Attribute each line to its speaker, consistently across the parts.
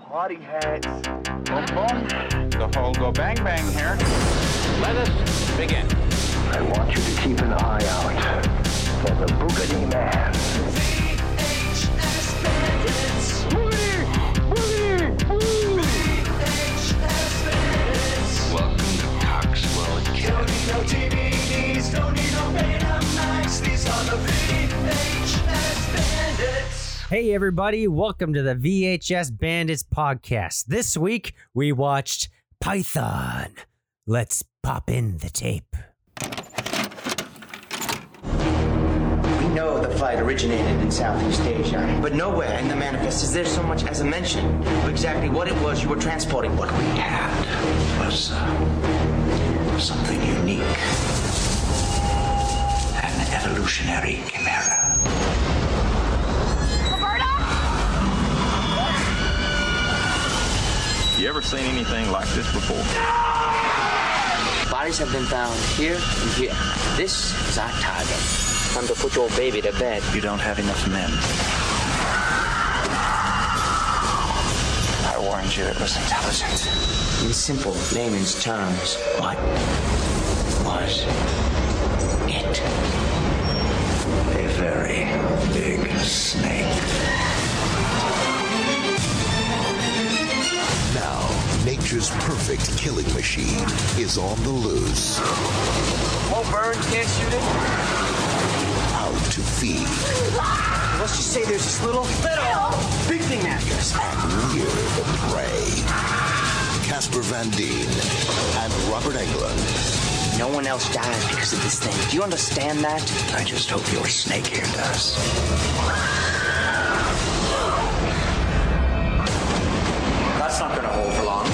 Speaker 1: party hats. Boom, boom. The whole go bang bang here.
Speaker 2: Let us begin.
Speaker 3: I want you to keep an eye out for the Boogity Man.
Speaker 4: Welcome to Cox World Academy.
Speaker 5: Hey, everybody, welcome to the VHS Bandits podcast. This week we watched Python. Let's pop in the tape.
Speaker 6: We know the flight originated in Southeast Asia, but nowhere in the manifest is there so much as a mention of exactly what it was you were transporting. What we
Speaker 4: Had was uh, something unique, an evolutionary chimera.
Speaker 7: You ever seen anything like this before?
Speaker 6: bodies have been found here and here. This is our target. Time to put your baby to bed.
Speaker 4: You don't have enough men. I warned you it was intelligent.
Speaker 6: In simple layman's terms,
Speaker 4: What was it? A very big snake.
Speaker 8: Now, nature's perfect killing machine is on the loose.
Speaker 6: Won't burn, can't shoot it.
Speaker 8: Out to feed
Speaker 6: Let's just say there's this little, little, big thing after us.
Speaker 8: and lure the prey. Casper Van Deen and Robert Englund.
Speaker 6: No one else dies because of this thing. Do you understand that?
Speaker 4: I just hope your snake here does. That's not gonna hold for long.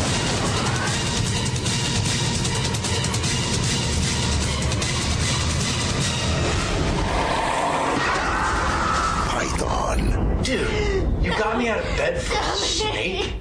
Speaker 8: Python.
Speaker 4: You got me out of bed for a snake?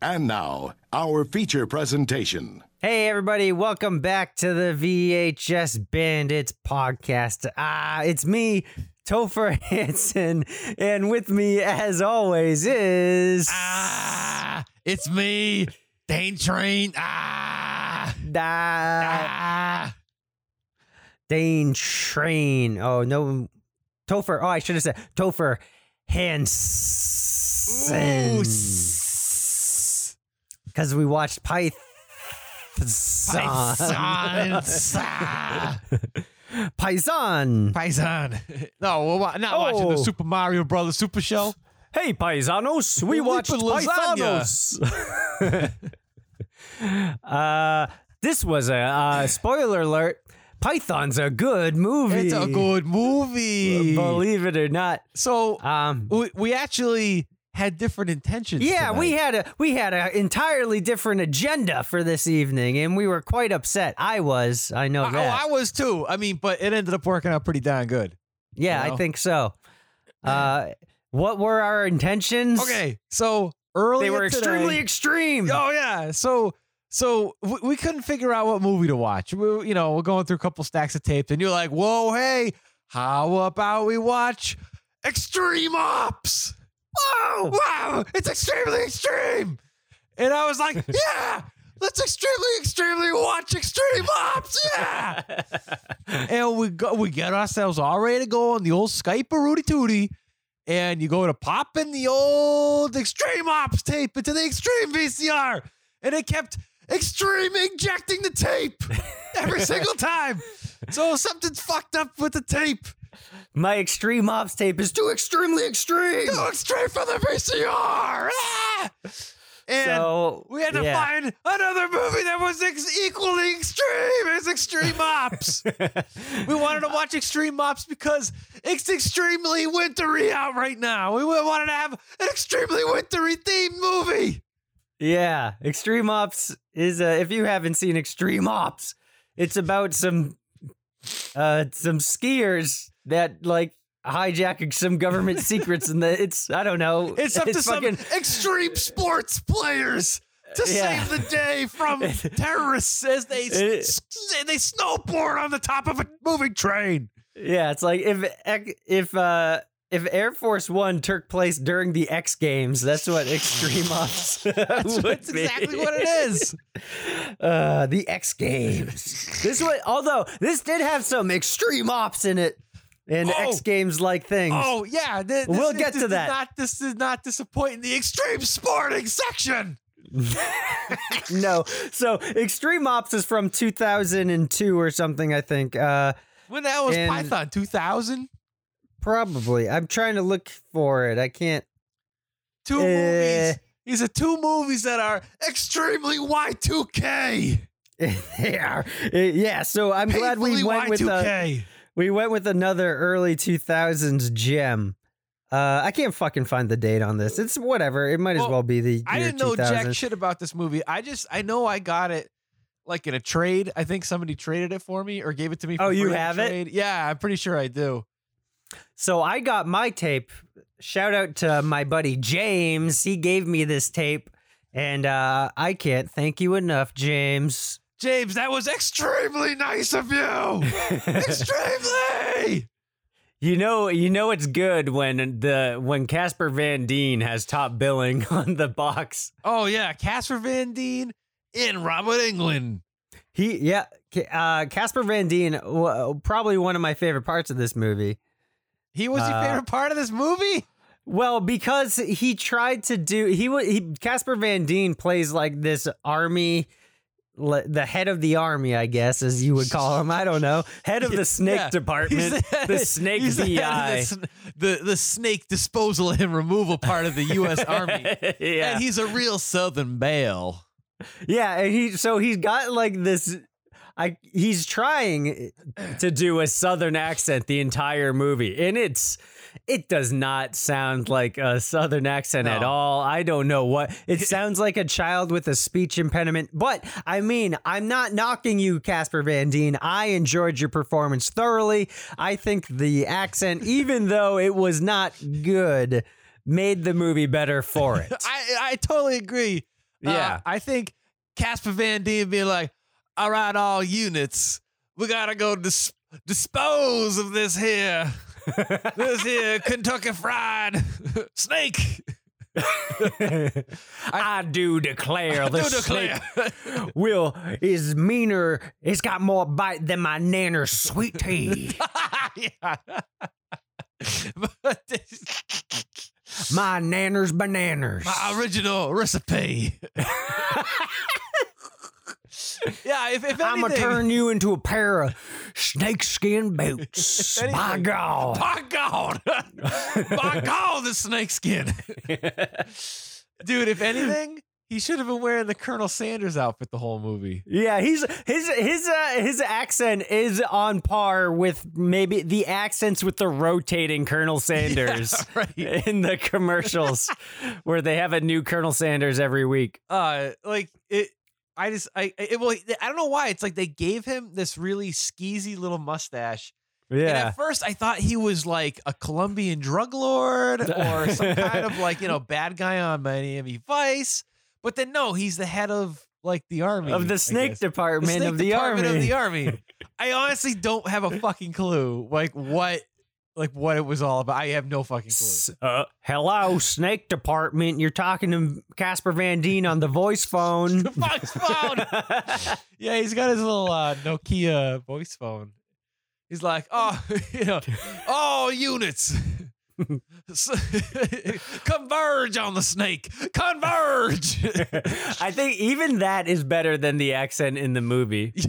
Speaker 8: And now, our feature presentation.
Speaker 5: Hey, everybody, welcome back to the VHS Bandits podcast. Ah, it's me, Topher Hansen, and with me, as always, is.
Speaker 9: Ah, it's me, Dane Train. Ah,
Speaker 5: Da-
Speaker 9: ah.
Speaker 5: Dane Train. Oh, no. Topher. Oh, I should have said Topher Hansen.
Speaker 9: Ooh, s-
Speaker 5: Because we watched Python.
Speaker 9: Python. Ah,
Speaker 5: Python.
Speaker 9: Python. No, we're wa- not watching the
Speaker 5: Oh.
Speaker 9: Super Mario Brothers Super Show.
Speaker 5: Hey, paisanos, we
Speaker 9: Felipe
Speaker 5: watched
Speaker 9: Lasagna.
Speaker 5: paisanos. uh, this was a uh, spoiler alert. Python's a good movie.
Speaker 9: It's a good movie.
Speaker 5: Believe it or not.
Speaker 9: so
Speaker 5: Um,
Speaker 9: we, we actually had different intentions.
Speaker 5: yeah,
Speaker 9: tonight.
Speaker 5: we had a we had an entirely different agenda for this evening, and we were quite upset. I was, I know
Speaker 9: I-
Speaker 5: that.
Speaker 9: Oh, I was too. I mean, but it ended up working out pretty darn good.
Speaker 5: yeah,
Speaker 9: you
Speaker 5: I
Speaker 9: know.
Speaker 5: think so. Uh, what were our intentions?
Speaker 9: Okay, so earlier
Speaker 5: they were
Speaker 9: today-
Speaker 5: extremely extreme.
Speaker 9: Oh yeah. So so we, we couldn't figure out what movie to watch. We, you know, we're going through a couple stacks of tapes, and you're like, "Whoa, hey, how about we watch Extreme Ops?" Whoa! Wow! It's extremely extreme. And I was like, "Yeah." Let's extremely, extremely watch Extreme Ops, yeah! and we go, we get ourselves all ready to go on the old Skype or Rudy Tootie, and you go to pop in the old Extreme Ops tape into the Extreme VCR, and it kept Extreme injecting the tape every single time. So something's fucked up with the tape.
Speaker 5: My extreme ops tape is too extremely extreme.
Speaker 9: Go Oh, Extreme for the VCR. Ah! And
Speaker 5: so
Speaker 9: we had to
Speaker 5: yeah.
Speaker 9: find another movie that was ex- equally extreme as Extreme Ops. we wanted to watch Extreme Ops because it's extremely wintry out right now. We wanted to have an extremely wintry themed movie.
Speaker 5: Yeah, Extreme Ops is uh, if you haven't seen Extreme Ops, it's about some uh some skiers that like hijacking some government secrets and the it's I don't know.
Speaker 9: It's up to
Speaker 5: fucking,
Speaker 9: some extreme sports players to
Speaker 5: Yeah.
Speaker 9: save the day from terrorists as they s-
Speaker 5: It-
Speaker 9: s- they snowboard on the top of a moving train.
Speaker 5: Yeah, it's like if ec- if uh if Air Force One took place during the X Games, that's what Extreme Ops would
Speaker 9: That's
Speaker 5: be.
Speaker 9: exactly what it is.
Speaker 5: Uh, the X Games. this one, although this did have some Extreme Ops in it and
Speaker 9: Oh.
Speaker 5: X Games like things.
Speaker 9: Oh yeah, th- this-
Speaker 5: We'll
Speaker 9: this
Speaker 5: get to
Speaker 9: did
Speaker 5: that.
Speaker 9: Not, this is not disappointing. The extreme sporting section.
Speaker 5: No, so Extreme Ops is from 2002 or something, I think. Uh,
Speaker 9: When the hell was
Speaker 5: And-
Speaker 9: Python? Two thousand.
Speaker 5: probably. I'm trying to look for it. I can't.
Speaker 9: Two
Speaker 5: Eh.
Speaker 9: movies. These are two movies that are extremely Y two K.
Speaker 5: they are. Uh, Yeah, so I'm glad we went with the
Speaker 9: Y2K.
Speaker 5: we went with another early 2000s gem. Uh, I can't fucking find the date on this. It's whatever. It might as
Speaker 9: Well,
Speaker 5: well, be the year
Speaker 9: I didn't know
Speaker 5: 2000.
Speaker 9: jack shit about this movie. I just I know I got it like in a trade. I think somebody traded it for me or gave it to me. For
Speaker 5: Oh, you
Speaker 9: free in a
Speaker 5: have it?
Speaker 9: trade. Yeah, I'm pretty sure I do.
Speaker 5: So I got my tape. Shout out to my buddy James. He gave me this tape, and uh, I can't thank you enough, James.
Speaker 9: James, that was extremely nice of you. extremely.
Speaker 5: You know, you know it's good when the when Casper Van Deen has top billing on the box.
Speaker 9: Oh yeah, Casper Van Dien in Robert England.
Speaker 5: He, yeah, Ca- uh, Casper Van Dien, w- probably one of my favorite parts of this movie.
Speaker 9: He was your
Speaker 5: Uh,
Speaker 9: favorite part of this movie.
Speaker 5: Well, because he tried to do he wa- he Casper Van Dien plays like this army le- the head of the army, I guess, as you would call him. I don't know. Head of the snake
Speaker 9: Yeah.
Speaker 5: department,
Speaker 9: He's
Speaker 5: the, snake
Speaker 9: he's the head
Speaker 5: VI.
Speaker 9: of the sn- The, the snake disposal and removal part of the U.S. Army.
Speaker 5: yeah.
Speaker 9: And he's a real Southern belle.
Speaker 5: yeah, and he so he's got like this I he's trying to do a southern accent the entire movie. And it's it does not sound like a southern accent at
Speaker 9: No.
Speaker 5: all. I don't know what. It sounds like a child with a speech impediment. But I mean, I'm not knocking you Casper Van Dien. I enjoyed your performance thoroughly. I think the accent even though it was not good made the movie better for it.
Speaker 9: I I totally agree. Uh,
Speaker 5: Yeah.
Speaker 9: I think Casper Van Dien being like, "All right, all units, we gotta go dis- dispose of this here, this here Kentucky Fried Snake."
Speaker 5: I, do declare
Speaker 9: Do
Speaker 5: the
Speaker 9: declare.
Speaker 5: snake will is meaner. It's got more bite than my nanner's sweet tea.
Speaker 9: yeah. But this-
Speaker 5: my nanner's bananas.
Speaker 9: my original recipe. yeah, if, if anything,
Speaker 5: I'ma turn you into a pair of snakeskin boots.
Speaker 9: If
Speaker 5: By
Speaker 9: anything-
Speaker 5: God.
Speaker 9: By God, by God, the snakeskin, dude. If anything, he should have been wearing the Colonel Sanders outfit the whole movie.
Speaker 5: Yeah, he's his his uh, his accent is on par with maybe the accents with the rotating Colonel Sanders
Speaker 9: right.
Speaker 5: in the commercials where they have a new Colonel Sanders every week.
Speaker 9: Uh, like it. I just, I, it, well, I don't know why. It's like they gave him this really skeezy little mustache. And
Speaker 5: Yeah.
Speaker 9: at first, I thought he was like a Colombian drug lord or some kind of like you know bad guy on Miami Vice. But then no, he's the head of like the army
Speaker 5: of
Speaker 9: I
Speaker 5: the snake
Speaker 9: guess. The
Speaker 5: department
Speaker 9: snake
Speaker 5: of the
Speaker 9: department
Speaker 5: army.
Speaker 9: of the army. I honestly don't have a fucking clue like what like what it was all about. I have no fucking clue.
Speaker 5: S- uh, hello, snake department. You're talking to Casper Van Dien on the voice phone.
Speaker 9: Voice phone. yeah, he's got his little uh, Nokia voice phone. He's like, oh, you know, all units. s- converge on the snake. Converge.
Speaker 5: I think even that is better than the accent in the movie.
Speaker 9: yeah,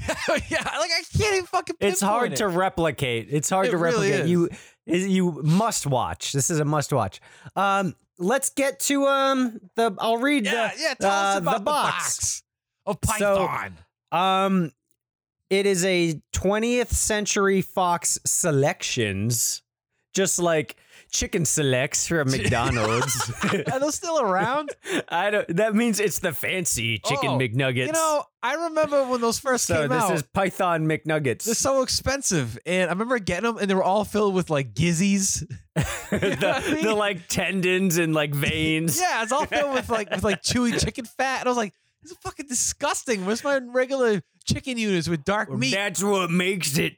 Speaker 9: yeah. Like I can't even fucking.
Speaker 5: It's hard
Speaker 9: pinpoint
Speaker 5: to replicate. It's hard
Speaker 9: It
Speaker 5: to
Speaker 9: really
Speaker 5: replicate.
Speaker 9: is.
Speaker 5: You is- you must watch. This is a must watch. Um, let's get to um the. I'll read
Speaker 9: it. Yeah,
Speaker 5: the
Speaker 9: yeah. Tell us
Speaker 5: uh,
Speaker 9: about the, box. of Python.
Speaker 5: Um, it is a 20th Century Fox selections, just like chicken selects from McDonald's.
Speaker 9: Are those still around?
Speaker 5: I don't. That means it's the fancy chicken
Speaker 9: Oh,
Speaker 5: McNuggets.
Speaker 9: you know, I remember when those first
Speaker 5: so
Speaker 9: came
Speaker 5: this
Speaker 9: out.
Speaker 5: is Python McNuggets.
Speaker 9: they're so expensive, and I remember getting them, and they were all filled with like gizzies.
Speaker 5: the, the like tendons and like veins.
Speaker 9: Yeah, it's all filled with like with like chewy chicken fat. And I was like, this is fucking disgusting. Where's my regular chicken units with dark meat?
Speaker 5: That's what makes it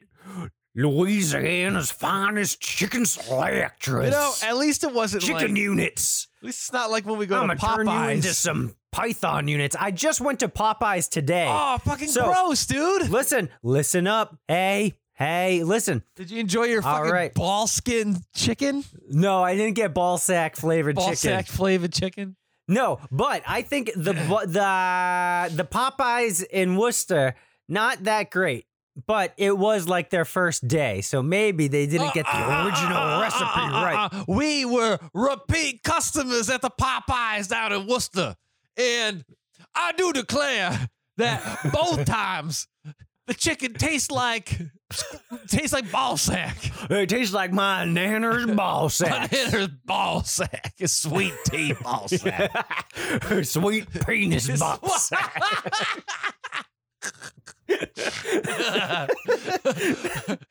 Speaker 5: Louisiana's finest chicken selectress.
Speaker 9: You know, at least it wasn't
Speaker 5: chicken
Speaker 9: like.
Speaker 5: units.
Speaker 9: At least it's not like when we go
Speaker 5: I'm
Speaker 9: to
Speaker 5: gonna turn you into
Speaker 9: Popeyes.
Speaker 5: some python units. I just went to Popeyes today.
Speaker 9: Oh, fucking
Speaker 5: So-
Speaker 9: gross, dude!
Speaker 5: Listen, listen up. Hey, hey, listen.
Speaker 9: Did you enjoy your
Speaker 5: All
Speaker 9: fucking
Speaker 5: right.
Speaker 9: ball skin chicken?
Speaker 5: No, I didn't get ball sack flavored
Speaker 9: Ball
Speaker 5: chicken.
Speaker 9: sack flavored chicken?
Speaker 5: No, but I think the bu- the the Popeyes in Worcester not that great, but it was like their first day, so maybe they didn't get the original recipe right.
Speaker 9: Uh, we were repeat customers at the Popeyes down in Worcester. And I do declare that both times the chicken tastes like tastes like ball sack.
Speaker 5: It tastes like my nanner's ball sack,
Speaker 9: Banana's ball sack. It's sweet tea ball sack.
Speaker 5: sweet penis ball sack.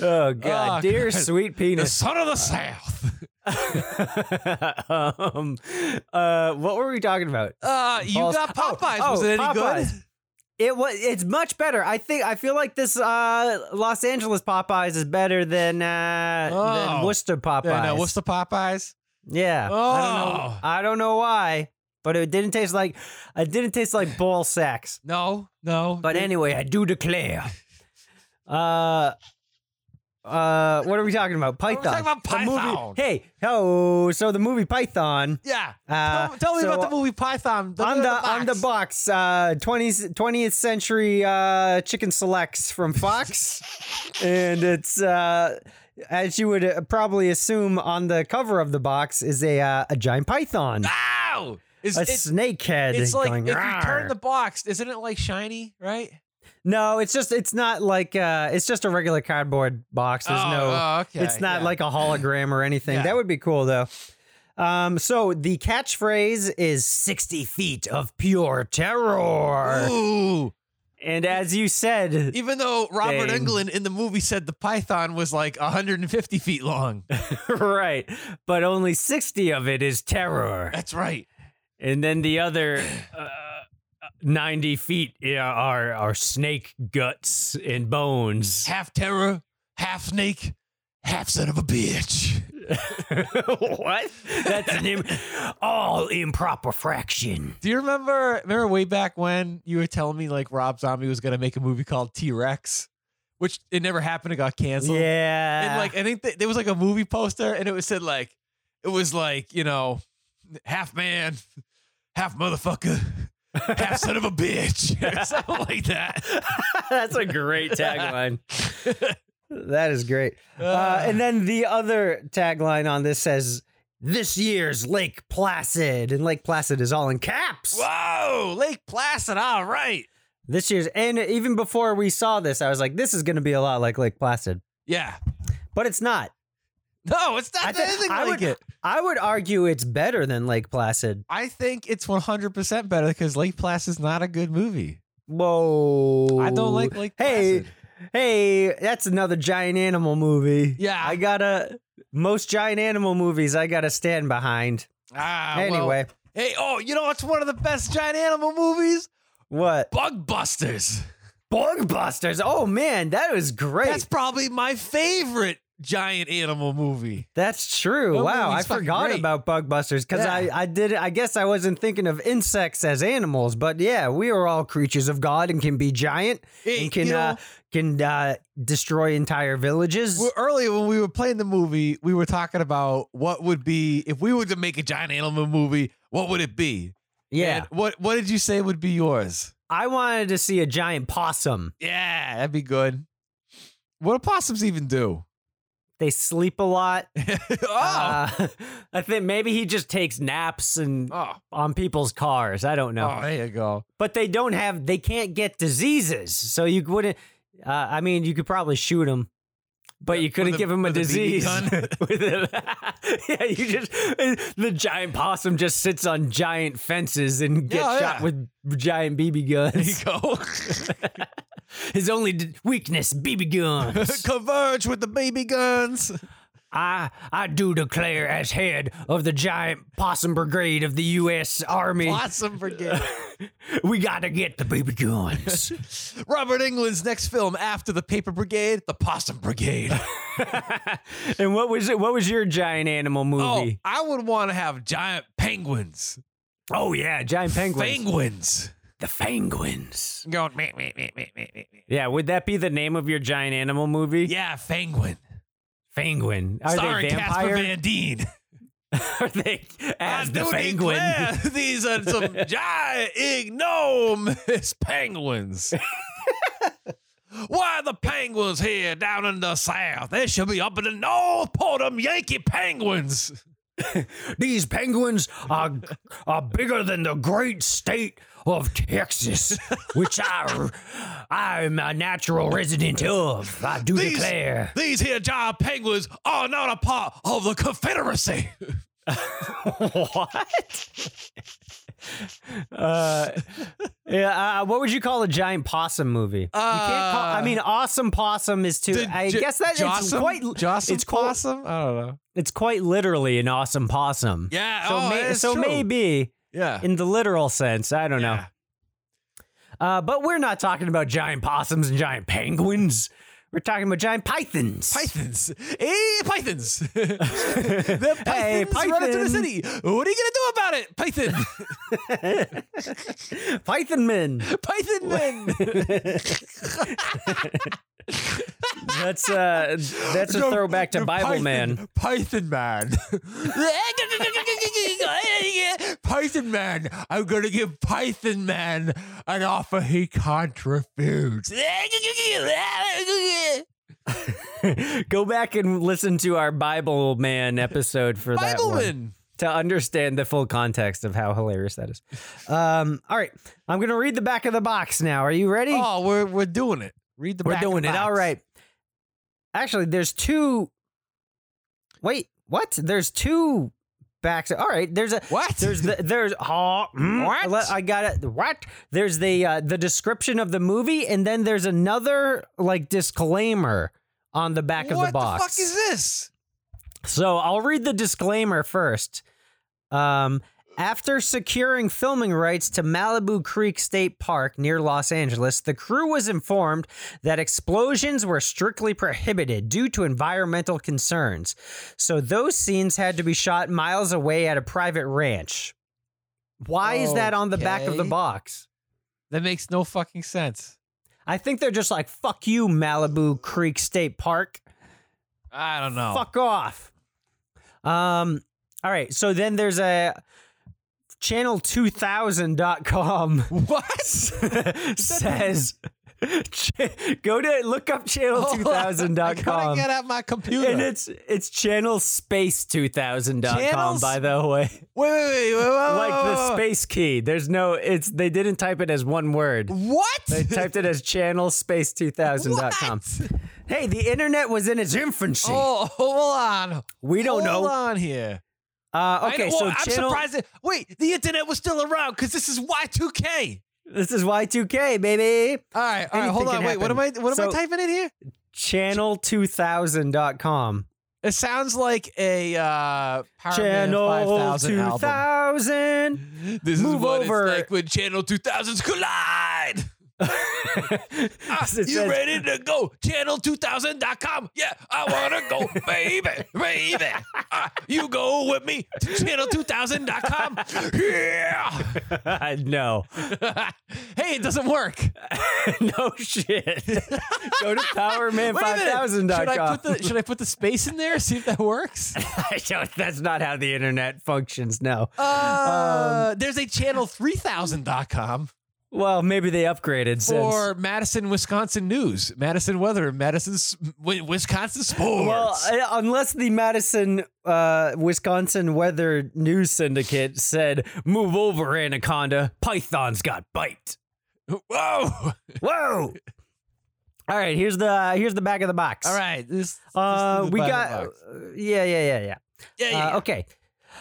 Speaker 5: Oh god,
Speaker 9: Oh,
Speaker 5: dear
Speaker 9: God.
Speaker 5: sweet
Speaker 9: the
Speaker 5: penis.
Speaker 9: son of the South.
Speaker 5: um, uh, what were we talking about?
Speaker 9: Uh, you
Speaker 5: Balls-
Speaker 9: got
Speaker 5: Oh,
Speaker 9: Popeyes.
Speaker 5: oh,
Speaker 9: Was it any
Speaker 5: Popeyes.
Speaker 9: good?
Speaker 5: It was. It's much better. I think. I feel like this uh, Los Angeles Popeyes is better than uh, than
Speaker 9: Oh.
Speaker 5: Worcester Popeyes.
Speaker 9: Yeah, no, what's the Popeyes?
Speaker 5: Yeah. I don't know.
Speaker 9: Oh.
Speaker 5: I don't know why, but it didn't taste like. It didn't taste like ball sacks.
Speaker 9: No, no.
Speaker 5: But anyway, I do declare. Uh. Uh, what are we talking about?
Speaker 9: We're
Speaker 5: Python.
Speaker 9: talking about
Speaker 5: The movie-
Speaker 9: Python.
Speaker 5: hey, oh, so the movie Python.
Speaker 9: yeah.
Speaker 5: Uh,
Speaker 9: tell, tell me
Speaker 5: so
Speaker 9: about the movie Python. Tell me
Speaker 5: on the
Speaker 9: about
Speaker 5: on the
Speaker 9: box.
Speaker 5: box uh 20th, 20th century uh chicken selects from fox and it's uh as you would uh, probably assume on the cover of the box is a uh, a giant python
Speaker 9: Ow! Is
Speaker 5: a
Speaker 9: it-
Speaker 5: snake head
Speaker 9: it's like
Speaker 5: going,
Speaker 9: if you turn
Speaker 5: "Rawr."
Speaker 9: the box, isn't it like shiny, right?
Speaker 5: no it's just it's not like uh it's just a regular cardboard box there's
Speaker 9: Oh,
Speaker 5: no
Speaker 9: oh, okay,
Speaker 5: it's not
Speaker 9: yeah.
Speaker 5: like a hologram or anything
Speaker 9: Yeah.
Speaker 5: that would be cool though um so the catchphrase is 60 feet of pure terror
Speaker 9: Ooh.
Speaker 5: And as you said,
Speaker 9: Even though Robert
Speaker 5: Dang.
Speaker 9: Englund in the movie said the Python was like 150 feet long.
Speaker 5: right, but only 60 of it is terror.
Speaker 9: That's right.
Speaker 5: And then the other uh, 90 feet yeah, are, are snake guts and bones.
Speaker 9: Half terror, half snake, half son of a bitch.
Speaker 5: what? That's an Im- all improper fraction.
Speaker 9: Do you remember remember way back when you were telling me like Rob Zombie was gonna make a movie called T Rex, which it never happened. It got canceled.
Speaker 5: Yeah.
Speaker 9: And like I think th- there was like a movie poster, and it was said like it was like you know half man, half motherfucker, half son of a bitch, or something like that.
Speaker 5: That's a great tagline. that is great. Uh, and then the other tagline on this says, "This year's Lake Placid," and Lake Placid is all in caps.
Speaker 9: Whoa, Lake Placid, all right.
Speaker 5: This year's, and even before we saw this, I was like, "This is going to be a lot like Lake Placid,"
Speaker 9: Yeah.
Speaker 5: but it's not.
Speaker 9: No, it's not
Speaker 5: I thi-
Speaker 9: anything
Speaker 5: I
Speaker 9: like
Speaker 5: would-
Speaker 9: it.
Speaker 5: I would argue it's better than Lake Placid.
Speaker 9: I think it's 100% better because Lake Placid's not a good movie.
Speaker 5: Whoa!
Speaker 9: I don't like Lake
Speaker 5: Hey,
Speaker 9: Placid.
Speaker 5: hey, that's another giant animal movie.
Speaker 9: Yeah.
Speaker 5: I gotta. Most giant animal movies, I gotta stand behind.
Speaker 9: Ah, well,
Speaker 5: Anyway,
Speaker 9: hey, oh, you know what's one of the best giant animal movies?
Speaker 5: what?
Speaker 9: Bug Busters.
Speaker 5: Busters. Oh man, that was great.
Speaker 9: That's
Speaker 5: That's,
Speaker 9: probably my favorite giant animal movie.
Speaker 5: true.
Speaker 9: That
Speaker 5: wow, I
Speaker 9: movie's fucking
Speaker 5: forgot
Speaker 9: great.
Speaker 5: about bug busters because
Speaker 9: Yeah.
Speaker 5: I I did I guess I wasn't thinking of insects as animals, but yeah, we are all creatures of God and can be giant
Speaker 9: Hey,
Speaker 5: and can
Speaker 9: you know-
Speaker 5: uh, can uh, destroy entire villages.
Speaker 9: Well, earlier when we were playing the movie, we were talking about what would be if we were to make a giant animal movie, what would it be?
Speaker 5: yeah,
Speaker 9: And what what did you say would be yours?
Speaker 5: I wanted to see a giant possum.
Speaker 9: Yeah, that'd be good. What do possums even do?
Speaker 5: They sleep a lot.
Speaker 9: oh.
Speaker 5: Uh, I think maybe he just takes naps and
Speaker 9: oh.
Speaker 5: on people's cars. I don't know.
Speaker 9: Oh, there you go.
Speaker 5: but they don't have they can't get diseases so you wouldn't uh, i mean you could probably shoot them but you couldn't
Speaker 9: a-
Speaker 5: give him a
Speaker 9: with a BB
Speaker 5: disease.
Speaker 9: gun?
Speaker 5: With a- yeah, you just the giant possum just sits on giant fences and gets
Speaker 9: Yeah,
Speaker 5: shot
Speaker 9: yeah.
Speaker 5: with giant BB
Speaker 9: There you
Speaker 5: guns.
Speaker 9: go.
Speaker 5: His only d- weakness, BB guns.
Speaker 9: Converge with the baby guns.
Speaker 5: I I do declare as head of the giant possum brigade of the U.S. Army,
Speaker 9: Awesome brigade.
Speaker 5: we gotta get the baby guns.
Speaker 9: Robert England's next film after the Paper Brigade, the Possum Brigade.
Speaker 5: and what was it? What was your giant animal
Speaker 9: Oh,
Speaker 5: movie?
Speaker 9: I would want to have giant penguins.
Speaker 5: Oh, yeah, giant penguins.
Speaker 9: Penguins.
Speaker 5: the penguins.
Speaker 9: Going meh, meh, meh, meh, meh, meh.
Speaker 5: Yeah, would that be the name of your giant animal movie?
Speaker 9: Yeah, penguin.
Speaker 5: Penguin. Are
Speaker 9: Starring
Speaker 5: they
Speaker 9: Casper
Speaker 5: vampire?
Speaker 9: Van Dien.
Speaker 5: Are they as
Speaker 9: I
Speaker 5: the
Speaker 9: do
Speaker 5: penguin?
Speaker 9: declare These are some giant ignomous penguins. Why are the penguins here down in the south? They should be up in the north pole, them Yankee penguins.
Speaker 5: These penguins are are bigger than the great state of Texas, which I I am a natural resident of. I do
Speaker 9: These-
Speaker 5: declare.
Speaker 9: These here giant penguins are not a part of the Confederacy.
Speaker 5: what? uh, yeah. Uh, what would you call a giant possum movie? you can't call. I
Speaker 9: Uh,
Speaker 5: mean, awesome possum is too.
Speaker 9: The
Speaker 5: I
Speaker 9: J-
Speaker 5: guess that it's
Speaker 9: Jossum?
Speaker 5: quite.
Speaker 9: Jossum
Speaker 5: it's quite.
Speaker 9: possum. I don't know.
Speaker 5: It's quite literally an awesome possum.
Speaker 9: Yeah.
Speaker 5: So,
Speaker 9: oh,
Speaker 5: may-
Speaker 9: that's
Speaker 5: so
Speaker 9: true.
Speaker 5: maybe
Speaker 9: Yeah.
Speaker 5: in the literal sense, I don't know.
Speaker 9: Yeah.
Speaker 5: Uh, but we're not talking about giant possums and giant penguins. We're talking about giant pythons.
Speaker 9: Pythons. Hey, pythons. the pythons
Speaker 5: Hey,
Speaker 9: running through the
Speaker 5: python.
Speaker 9: city. What are you going to do about it, python?
Speaker 5: Python men.
Speaker 9: python men.
Speaker 5: That's uh, that's a throwback to
Speaker 9: The
Speaker 5: Bible
Speaker 9: python-
Speaker 5: man.
Speaker 9: Python man. python man. I'm going to give python man an offer he can't refuse.
Speaker 5: Go back and listen to our Bible Man episode for that one
Speaker 9: Bibleman.
Speaker 5: to understand the full context of how hilarious that is. Um, all right, I'm gonna read the back of the box now. Are you ready?
Speaker 9: Oh, we're, we're doing it. Read the
Speaker 5: We're
Speaker 9: back of
Speaker 5: doing
Speaker 9: the
Speaker 5: it. All
Speaker 9: box.
Speaker 5: right. Actually, there's two. Wait, what? There's two backs. All right, there's a
Speaker 9: What?
Speaker 5: There's the there's oh mm,
Speaker 9: What?
Speaker 5: let- I got it. What? There's the uh, the description of the movie, and then there's another like disclaimer on the back of
Speaker 9: what
Speaker 5: the box.
Speaker 9: fuck is this?
Speaker 5: So I'll read the disclaimer first. Um, after securing filming rights to Malibu Creek State Park near Los Angeles, the crew was informed that explosions were strictly prohibited due to environmental concerns. So those scenes had to be shot miles away at a private ranch. Why is that on the back of the
Speaker 9: Okay.
Speaker 5: box?
Speaker 9: That makes no fucking sense.
Speaker 5: I think they're just like, fuck you, Malibu Creek State Park.
Speaker 9: I don't know.
Speaker 5: Fuck off. Um, all right. So then there's a channel2000.com
Speaker 9: What?
Speaker 5: says ch- go to look up
Speaker 9: I couldn't
Speaker 5: channel2000.com.
Speaker 9: get out my computer.
Speaker 5: And it's it's channel space 2000.com
Speaker 9: Channels?
Speaker 5: by the way.
Speaker 9: wait, wait, wait, wait, wait,
Speaker 5: Like the
Speaker 9: wait, wait, wait.
Speaker 5: space key. There's no it's they didn't type it as one word.
Speaker 9: What?
Speaker 5: They typed it as channel space 2000.com.
Speaker 9: What?
Speaker 5: Hey, the internet was in its infancy.
Speaker 9: Oh, hold on.
Speaker 5: we don't
Speaker 9: hold
Speaker 5: know.
Speaker 9: on here.
Speaker 5: Uh,
Speaker 9: I
Speaker 5: okay,
Speaker 9: know-
Speaker 5: so
Speaker 9: well, I'm
Speaker 5: channel
Speaker 9: surprised. That, wait, the internet was still around because this is Y2K.
Speaker 5: This is Y2K, baby.
Speaker 9: All right, all right.
Speaker 5: Anything
Speaker 9: Hold on.
Speaker 5: can
Speaker 9: Wait, what am I?
Speaker 5: happen.
Speaker 9: What am I
Speaker 5: So-
Speaker 9: typing in here?
Speaker 5: Channel2000.com.
Speaker 9: It sounds like a uh, Power
Speaker 5: Channel
Speaker 9: Man 5000 album.
Speaker 5: 2000.
Speaker 9: This
Speaker 5: Move
Speaker 9: is what
Speaker 5: over.
Speaker 9: it's like when Channel 2000s collide. Ah,
Speaker 5: It
Speaker 9: you
Speaker 5: says-
Speaker 9: ready to go? Channel2000.com. Yeah, I want to go, baby, baby. Ah, you go with me to channel2000.com. Yeah.
Speaker 5: no.
Speaker 9: hey, it doesn't work.
Speaker 5: no shit. Go to PowerMan5000.com.
Speaker 9: Should I, put the, should I put the space in there? See if that works?
Speaker 5: I don't, that's not how the internet functions, no.
Speaker 9: Uh, there's a channel3000.com
Speaker 5: Well, maybe they upgraded since.
Speaker 9: for Madison, Wisconsin news, Madison weather, Madison, s- Wi- Wisconsin sports.
Speaker 5: Well, uh, unless the Madison, uh, Wisconsin Weather News Syndicate said, move over, Anaconda. Python's got bite.
Speaker 9: Whoa.
Speaker 5: Whoa! All right, here's the here's the back of the box.
Speaker 9: All right. This,
Speaker 5: uh,
Speaker 9: this is the
Speaker 5: we
Speaker 9: Bible
Speaker 5: got
Speaker 9: box.
Speaker 5: uh, yeah, yeah, yeah,
Speaker 9: Yeah, yeah,
Speaker 5: yeah. Uh, okay.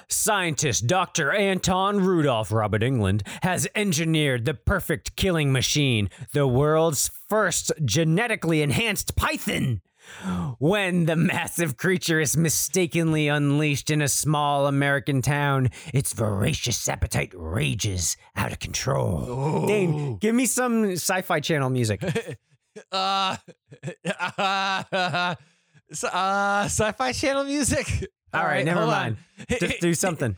Speaker 5: Scientist Dr. Anton Rudolph Robert England has engineered the perfect killing machine, the world's first genetically enhanced python. When the massive creature is mistakenly unleashed in a small American town, its voracious appetite rages out of control.
Speaker 9: Oh.
Speaker 5: Dane, give me some sci fi channel music.
Speaker 9: Uh, uh, s- uh, sci-fi channel music.
Speaker 5: All right, never
Speaker 9: hold
Speaker 5: mind.
Speaker 9: on.
Speaker 5: Just do something.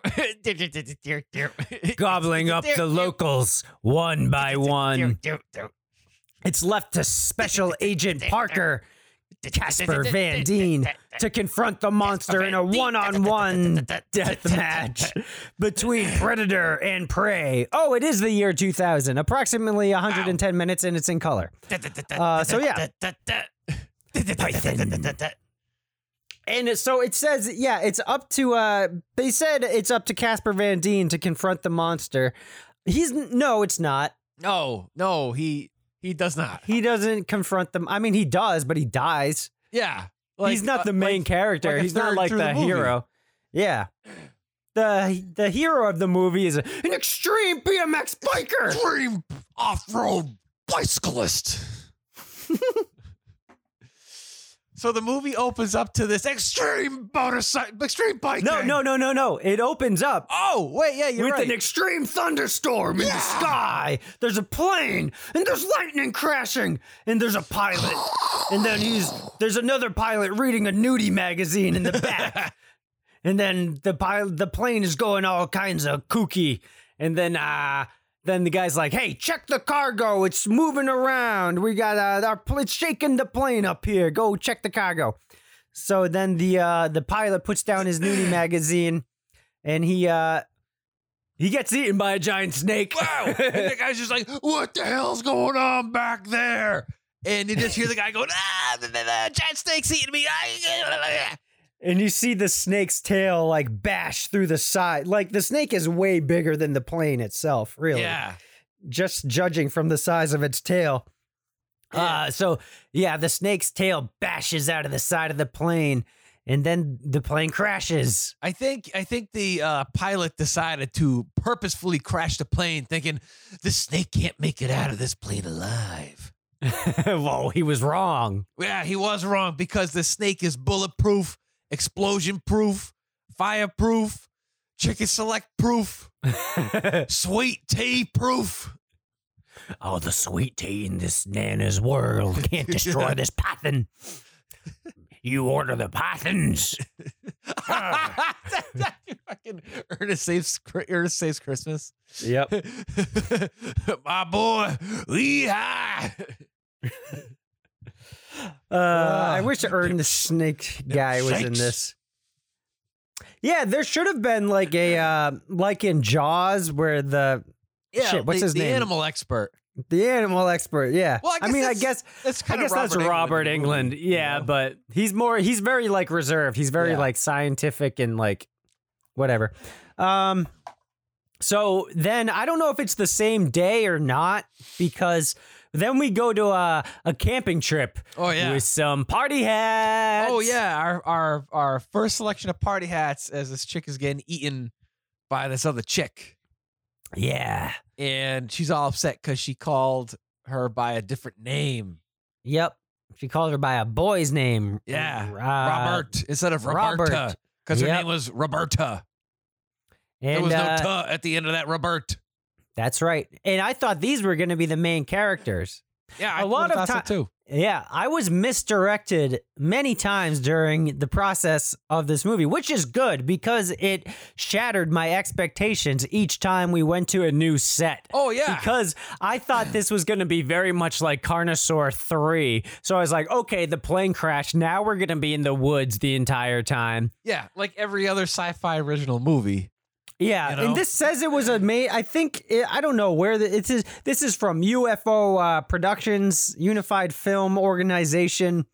Speaker 5: Gobbling up the locals one by one. It's left to Special Agent Parker, Casper Van Deen, to confront the monster in a one on one death match between predator and prey. Oh, it is the year 2000, approximately 110 minutes, and it's in color. Uh, so, yeah. Python. And it- so it says, yeah, it's up to. Uh, they said it's up to Casper Van Deen to confront the monster. He's no, it's not.
Speaker 9: No, no, he he does not.
Speaker 5: He doesn't confront them. I mean, he does, but he dies.
Speaker 9: Yeah,
Speaker 5: He's not
Speaker 9: uh,
Speaker 5: the main
Speaker 9: like-
Speaker 5: character.
Speaker 9: like a
Speaker 5: He's not
Speaker 9: third
Speaker 5: like
Speaker 9: through
Speaker 5: the,
Speaker 9: the movie.
Speaker 5: hero. Yeah. The the hero of the movie is an extreme BMX biker.
Speaker 9: extreme off-road bicyclist. so the movie opens up to this extreme motorcycle, extreme bike.
Speaker 5: No,
Speaker 9: thing.
Speaker 5: no, no, no, no. It opens up
Speaker 9: Oh, wait, yeah, you're
Speaker 5: with
Speaker 9: right.
Speaker 5: an extreme thunderstorm in the sky. There's a plane, and there's lightning crashing, and there's a pilot, and then he's there's another pilot reading a nudie magazine in the back, and then the pilot the plane is going all kinds of kooky, and then uh then the guy's like, "Hey, check the cargo. It's moving around. We got uh, our pl- it's shaking the plane up here. Go check the cargo." So then the uh, the pilot puts down his nudie magazine, and he uh, he gets eaten by a giant snake.
Speaker 9: wow. And the guy's just like, what the hell's going on back there? And you just hear the guy going, ah, the, the, the giant snake's eating me. Ah,
Speaker 5: and you see the snake's tail like bash through the side. Like the snake is way bigger than the plane itself, really.
Speaker 9: Yeah.
Speaker 5: Just judging from the size of its tail. Uh, so yeah, the snake's tail bashes out of the side of the plane, and then the plane crashes.
Speaker 9: I think I think the uh, pilot decided to purposefully crash the plane, thinking the snake can't make it out of this plane alive.
Speaker 5: Whoa, he was wrong.
Speaker 9: Yeah, he was wrong because the snake is bulletproof, explosion proof, fireproof, chicken select proof, sweet tea proof.
Speaker 5: Oh, the sweet tea in this nana's world can't destroy this python. You order the pythons.
Speaker 9: Fucking Ernest saves Chri- Ernest saves Christmas.
Speaker 5: Yep.
Speaker 9: My boy, Lehigh.
Speaker 5: Uh, I wish Ern the Snake guy was in
Speaker 9: shakes.
Speaker 5: this. Yeah, there should have been like a uh, like in Jaws where the
Speaker 9: Yeah,
Speaker 5: Shit, what's
Speaker 9: the,
Speaker 5: his
Speaker 9: the
Speaker 5: name?
Speaker 9: animal expert.
Speaker 5: the animal expert. Yeah,
Speaker 9: Well, I guess
Speaker 5: mean, I
Speaker 9: that's-
Speaker 5: guess
Speaker 9: That's
Speaker 5: I
Speaker 9: kind
Speaker 5: guess
Speaker 9: of Robert
Speaker 5: that's Robert
Speaker 9: in the movie,
Speaker 5: England.
Speaker 9: you
Speaker 5: Yeah,
Speaker 9: know?
Speaker 5: but he's more he's very like reserved. He's very
Speaker 9: Yeah.
Speaker 5: like scientific and like whatever. Um so then I don't know if it's the same day or not because then we go to a, a camping trip
Speaker 9: Oh, yeah.
Speaker 5: with some party hats.
Speaker 9: Oh yeah, our our our first selection of party hats as this chick is getting eaten by this other chick,
Speaker 5: Yeah.
Speaker 9: and she's all upset because she called her by a different name,
Speaker 5: Yep. She called her by a boy's name.
Speaker 9: Yeah.
Speaker 5: Uh,
Speaker 9: Robert, instead of
Speaker 5: Robert.
Speaker 9: Roberta, because her
Speaker 5: Yep.
Speaker 9: name was Roberta.
Speaker 5: And,
Speaker 9: there was
Speaker 5: uh,
Speaker 9: no "ta" at the end of that Robert.
Speaker 5: that's right. And I thought these were going to be the main characters.
Speaker 9: Yeah,
Speaker 5: a
Speaker 9: I
Speaker 5: lot
Speaker 9: would've
Speaker 5: of
Speaker 9: thought so, too.
Speaker 5: Yeah, I was misdirected many times during the process of this movie, which is good because it shattered my expectations each time we went to a new set.
Speaker 9: Oh yeah,
Speaker 5: Because I thought this was going to be very much like Carnosaur 3. So I was like, okay, the plane crash. Now we're going to be in the woods the entire time.
Speaker 9: yeah, like every other sci-fi original movie.
Speaker 5: Yeah.
Speaker 9: You know?
Speaker 5: And this says it was a made, I think, it, I don't know where the, it is. This is from UFO uh, Productions, Unified Film Organization,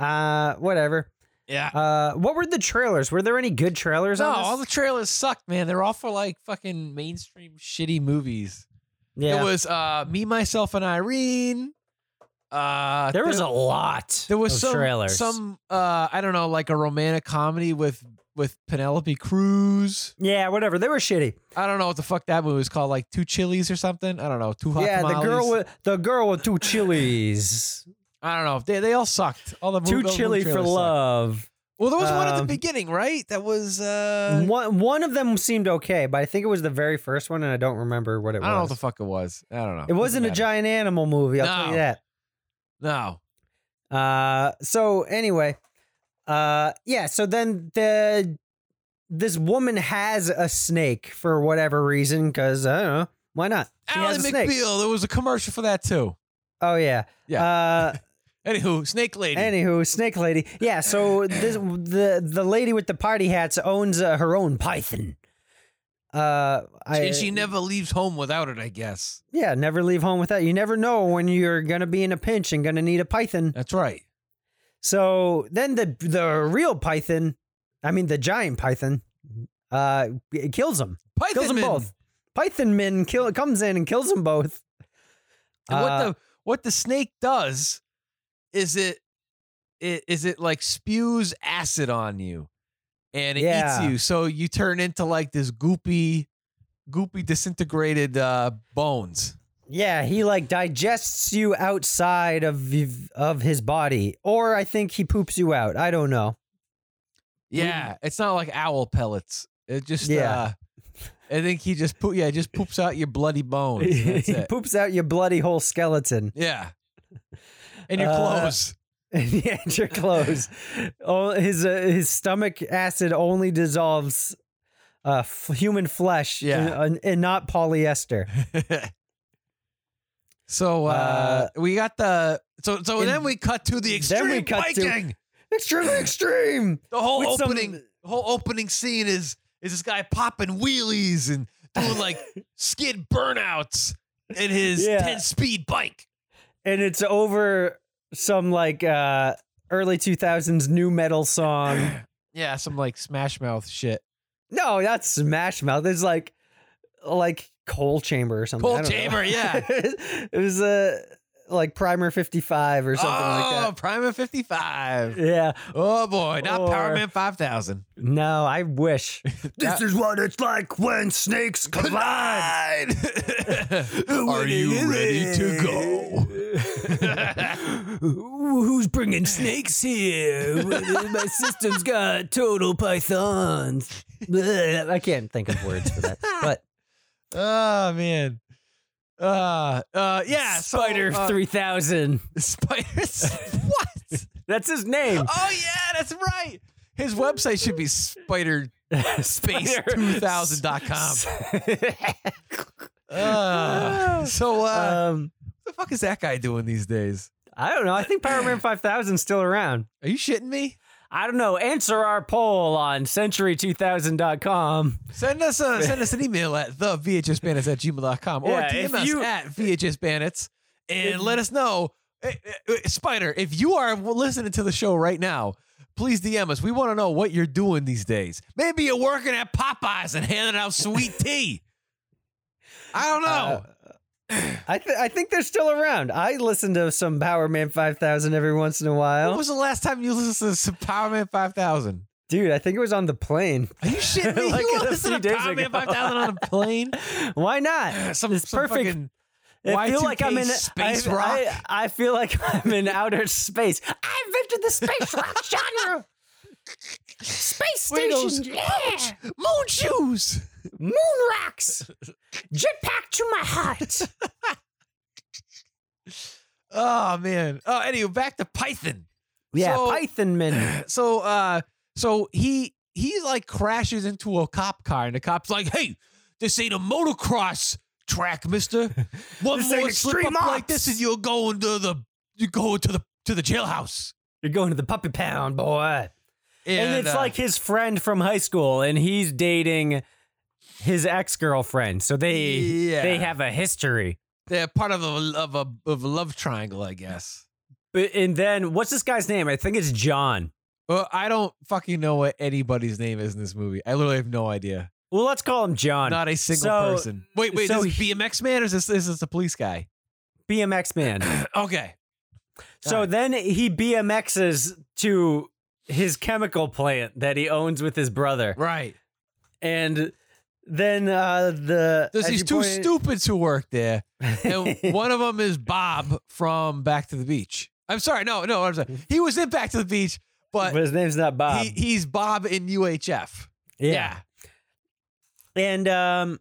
Speaker 5: uh, whatever.
Speaker 9: Yeah.
Speaker 5: Uh, what were the trailers? Were there any good trailers
Speaker 9: no,
Speaker 5: on this?
Speaker 9: all the trailers sucked, man. They're all for like fucking mainstream shitty movies.
Speaker 5: yeah.
Speaker 9: It was uh, me, myself, and Irene. Uh,
Speaker 5: there was a lot.
Speaker 9: there was
Speaker 5: of
Speaker 9: some
Speaker 5: trailers.
Speaker 9: some uh, I don't know, like a romantic comedy with with Penelope Cruz.
Speaker 5: yeah, whatever. They were shitty.
Speaker 9: I don't know what the fuck that movie was called, like Two Chilies or something. I don't know, Two Hot
Speaker 5: yeah, the girl
Speaker 9: Tamales.
Speaker 5: with the girl with two chilies.
Speaker 9: I don't know. They they all sucked. All the
Speaker 5: Too
Speaker 9: movie- all the
Speaker 5: chilly
Speaker 9: movie
Speaker 5: for
Speaker 9: trailers sucked.
Speaker 5: love.
Speaker 9: Well, there was one at the
Speaker 5: Um,
Speaker 9: beginning, right? That was uh,
Speaker 5: One one of them seemed okay, but I think it was the very first one, and I don't remember what it
Speaker 9: I
Speaker 5: was.
Speaker 9: don't know what the fuck it was. I don't know.
Speaker 5: It wasn't a
Speaker 9: Doesn't matter.
Speaker 5: giant animal movie. I'll tell you
Speaker 9: No.
Speaker 5: that.
Speaker 9: No.
Speaker 5: Uh, so anyway, uh, yeah. So then the this woman has a snake for whatever reason, because I don't know why not. She
Speaker 9: Ally
Speaker 5: has a snake.
Speaker 9: McBeal. There was a commercial for that too.
Speaker 5: Oh yeah.
Speaker 9: Yeah.
Speaker 5: Uh,
Speaker 9: Anywho, Snake Lady.
Speaker 5: anywho, snake lady. Yeah. So this the the lady with the party hats owns uh, her own python. Uh, I,
Speaker 9: and she never leaves home without it. I guess
Speaker 5: yeah, never leave home without. You never know when you're gonna be in a pinch and gonna need a python.
Speaker 9: that's right.
Speaker 5: So then the the real python, I mean the giant python, uh, it kills him.
Speaker 9: Python
Speaker 5: Kills them
Speaker 9: Man.
Speaker 5: both. Python man kill comes in and kills them both.
Speaker 9: And what
Speaker 5: Uh,
Speaker 9: the what the snake does is it, it is it like spews acid on you, and it
Speaker 5: Yeah.
Speaker 9: eats you, so you turn into like this goopy, goopy disintegrated uh, bones.
Speaker 5: yeah, he like digests you outside of y- of his body, or I think he poops you out. I don't know.
Speaker 9: Yeah, it's not like owl pellets. It just
Speaker 5: Yeah.
Speaker 9: Uh, I think he just poo- yeah just poops out your bloody bones. That's
Speaker 5: he
Speaker 9: it.
Speaker 5: poops out your bloody whole skeleton
Speaker 9: Yeah. And your
Speaker 5: Uh,
Speaker 9: clothes.
Speaker 5: and your clothes. oh, his uh, his stomach acid only dissolves uh, f- human flesh,
Speaker 9: Yeah.
Speaker 5: and, and not polyester.
Speaker 9: so uh,
Speaker 5: uh,
Speaker 9: we got the so so
Speaker 5: and
Speaker 9: then we cut to the extreme
Speaker 5: then we cut to-
Speaker 9: Viking.
Speaker 5: Extremely extreme.
Speaker 9: the whole
Speaker 5: with some-
Speaker 9: opening the whole opening scene is is this guy popping wheelies and doing like skid burnouts in his
Speaker 5: Yeah.
Speaker 9: 10 speed bike.
Speaker 5: and it's over some like uh early 2000s new metal song
Speaker 9: Yeah, some like smash mouth shit.
Speaker 5: no that's smash mouth it's like like coal chamber or something I
Speaker 9: Coal
Speaker 5: don't know.
Speaker 9: chamber, yeah.
Speaker 5: it was uh like primer 55 or something
Speaker 9: oh,
Speaker 5: like
Speaker 9: Primer 55.
Speaker 5: that yeah
Speaker 9: Oh boy, not Power
Speaker 5: Or-
Speaker 9: Man 5000.
Speaker 5: no i wish
Speaker 9: That-
Speaker 5: is what it's like when snakes collide
Speaker 9: Are you ready to go?
Speaker 5: who's bringing snakes here my sister's got total pythons i can't think of words for that but
Speaker 9: oh man. Uh, uh, yeah. so,
Speaker 5: Spider
Speaker 9: uh,
Speaker 5: 3000.
Speaker 9: Spiders. what?
Speaker 5: That's his name.
Speaker 9: Oh yeah, that's right. His website should be spider Oh, space two thousand dot com.
Speaker 5: Ah.
Speaker 9: Uh, so uh,
Speaker 5: um,
Speaker 9: what the fuck is that guy doing these days?
Speaker 5: I don't know. I think Power Man 5000 is still around.
Speaker 9: Are you shitting me?
Speaker 5: I don't know. Answer our poll on century2000.com.
Speaker 9: Send us a send us an email at the VHSBandits at gmail.com or
Speaker 5: Yeah, if
Speaker 9: DM us
Speaker 5: you-
Speaker 9: at VHSBandits and let us know. Eh, eh, eh, Spider, if you are listening to the show right now, please DM us. We want to know what you're doing these days. Maybe you're working at Popeyes and handing out sweet tea. I don't know.
Speaker 5: Uh, I, th- I think they're still around. I listen to some Power Man 5000 every once in a
Speaker 9: when
Speaker 5: while.
Speaker 9: was the last time you listened to some Power Man 5000?
Speaker 5: Dude, I think it was on the plane.
Speaker 9: Are you shitting me?
Speaker 5: Like
Speaker 9: you
Speaker 5: a
Speaker 9: listen
Speaker 5: few
Speaker 9: to
Speaker 5: days
Speaker 9: Power Man
Speaker 5: ago.
Speaker 9: 5000 on a plane?
Speaker 5: Why not?
Speaker 9: Some,
Speaker 5: it's
Speaker 9: some
Speaker 5: perfect.
Speaker 9: fucking
Speaker 5: I feel
Speaker 9: Y2K
Speaker 5: like I'm in
Speaker 9: space
Speaker 5: I,
Speaker 9: rock.
Speaker 5: I, I feel like I'm in outer space. I invented the space rock genre. Space
Speaker 9: Windows.
Speaker 5: station, yeah.
Speaker 9: moon shoes.
Speaker 5: Moon rocks. Jetpack to my heart.
Speaker 9: Oh man. Oh, anyway, back to Python.
Speaker 5: Yeah,
Speaker 9: So-
Speaker 5: Python Man.
Speaker 9: So uh so he he like crashes into a cop car and the cop's like, hey, this ain't a motocross track, mister. One
Speaker 5: This ain't
Speaker 9: more slip up
Speaker 5: extreme
Speaker 9: like
Speaker 5: ops."
Speaker 9: this and you're going to the you're going to the to the jailhouse.
Speaker 5: You're going to the puppy pound, boy. And it's
Speaker 9: uh,
Speaker 5: like his friend from high school, and he's dating his ex girlfriend. So they
Speaker 9: Yeah.
Speaker 5: they have a history.
Speaker 9: they're part of a of a of a love triangle, I guess.
Speaker 5: But, and then what's this guy's name? I think it's John.
Speaker 9: Well, I don't fucking know what anybody's name is in this movie. I literally have no idea.
Speaker 5: Well, let's call him John.
Speaker 9: Not a single
Speaker 5: So-
Speaker 9: person. Wait, wait,
Speaker 5: so
Speaker 9: this is BMX man or is this, is this a police guy?
Speaker 5: BMX man.
Speaker 9: Okay.
Speaker 5: So
Speaker 9: Alright.
Speaker 5: then he BMXs to his chemical plant that he owns with his brother,
Speaker 9: Right.
Speaker 5: and then uh, the
Speaker 9: There's
Speaker 5: as
Speaker 9: these
Speaker 5: you
Speaker 9: two
Speaker 5: pointed-
Speaker 9: stupids who work there, and one of them is Bob from Back to the Beach. I'm sorry. No, no. I'm sorry. He was in Back to the Beach,
Speaker 5: But
Speaker 9: but
Speaker 5: his name's not Bob.
Speaker 9: he, he's Bob in UHF.
Speaker 5: yeah. And um,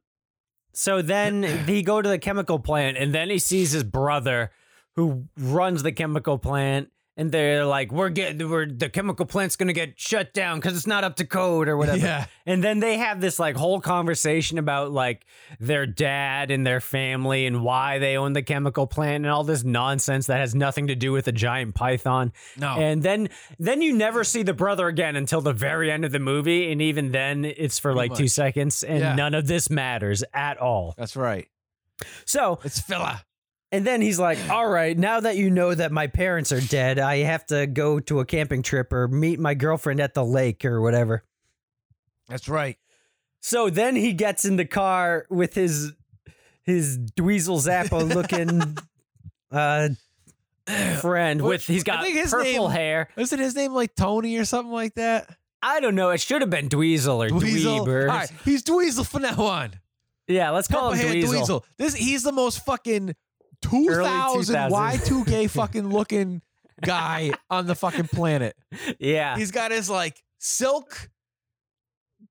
Speaker 5: so then he go to the chemical plant, and then he sees his brother, who runs the chemical plant, and they're like, "We're getting, we're the chemical plant's gonna get shut down because it's not up to code or whatever."
Speaker 9: Yeah.
Speaker 5: And then they have this like whole conversation about like their dad and their family and why they own the chemical plant and all this nonsense that has nothing to do with a giant python.
Speaker 9: No.
Speaker 5: And then then you never see the brother again until the very end of the movie and even then it's for like 2
Speaker 9: much.
Speaker 5: seconds and
Speaker 9: Yeah.
Speaker 5: none of this matters at all.
Speaker 9: That's right.
Speaker 5: So,
Speaker 9: It's filler.
Speaker 5: and then he's like, "All right, now that you know that my parents are dead, I have to go to a camping trip or meet my girlfriend at the lake or whatever."
Speaker 9: That's right.
Speaker 5: So then he gets in the car with his his Dweezil Zappo looking uh friend with
Speaker 9: Which-
Speaker 5: he's
Speaker 9: I
Speaker 5: got
Speaker 9: think his
Speaker 5: purple
Speaker 9: name-
Speaker 5: hair.
Speaker 9: Isn't his name like Tony or something like that?
Speaker 5: I don't know. It should have been Dweezil or
Speaker 9: Dweezil.
Speaker 5: Dweeb. or-
Speaker 9: All right, he's Dweezil from now on.
Speaker 5: Yeah, let's call him
Speaker 9: Copperhead
Speaker 5: Dweezil.
Speaker 9: Dweezil. This he's the most fucking two thousand
Speaker 5: 2000s.
Speaker 9: Y2K fucking looking guy on the fucking planet.
Speaker 5: Yeah.
Speaker 9: He's got his like silk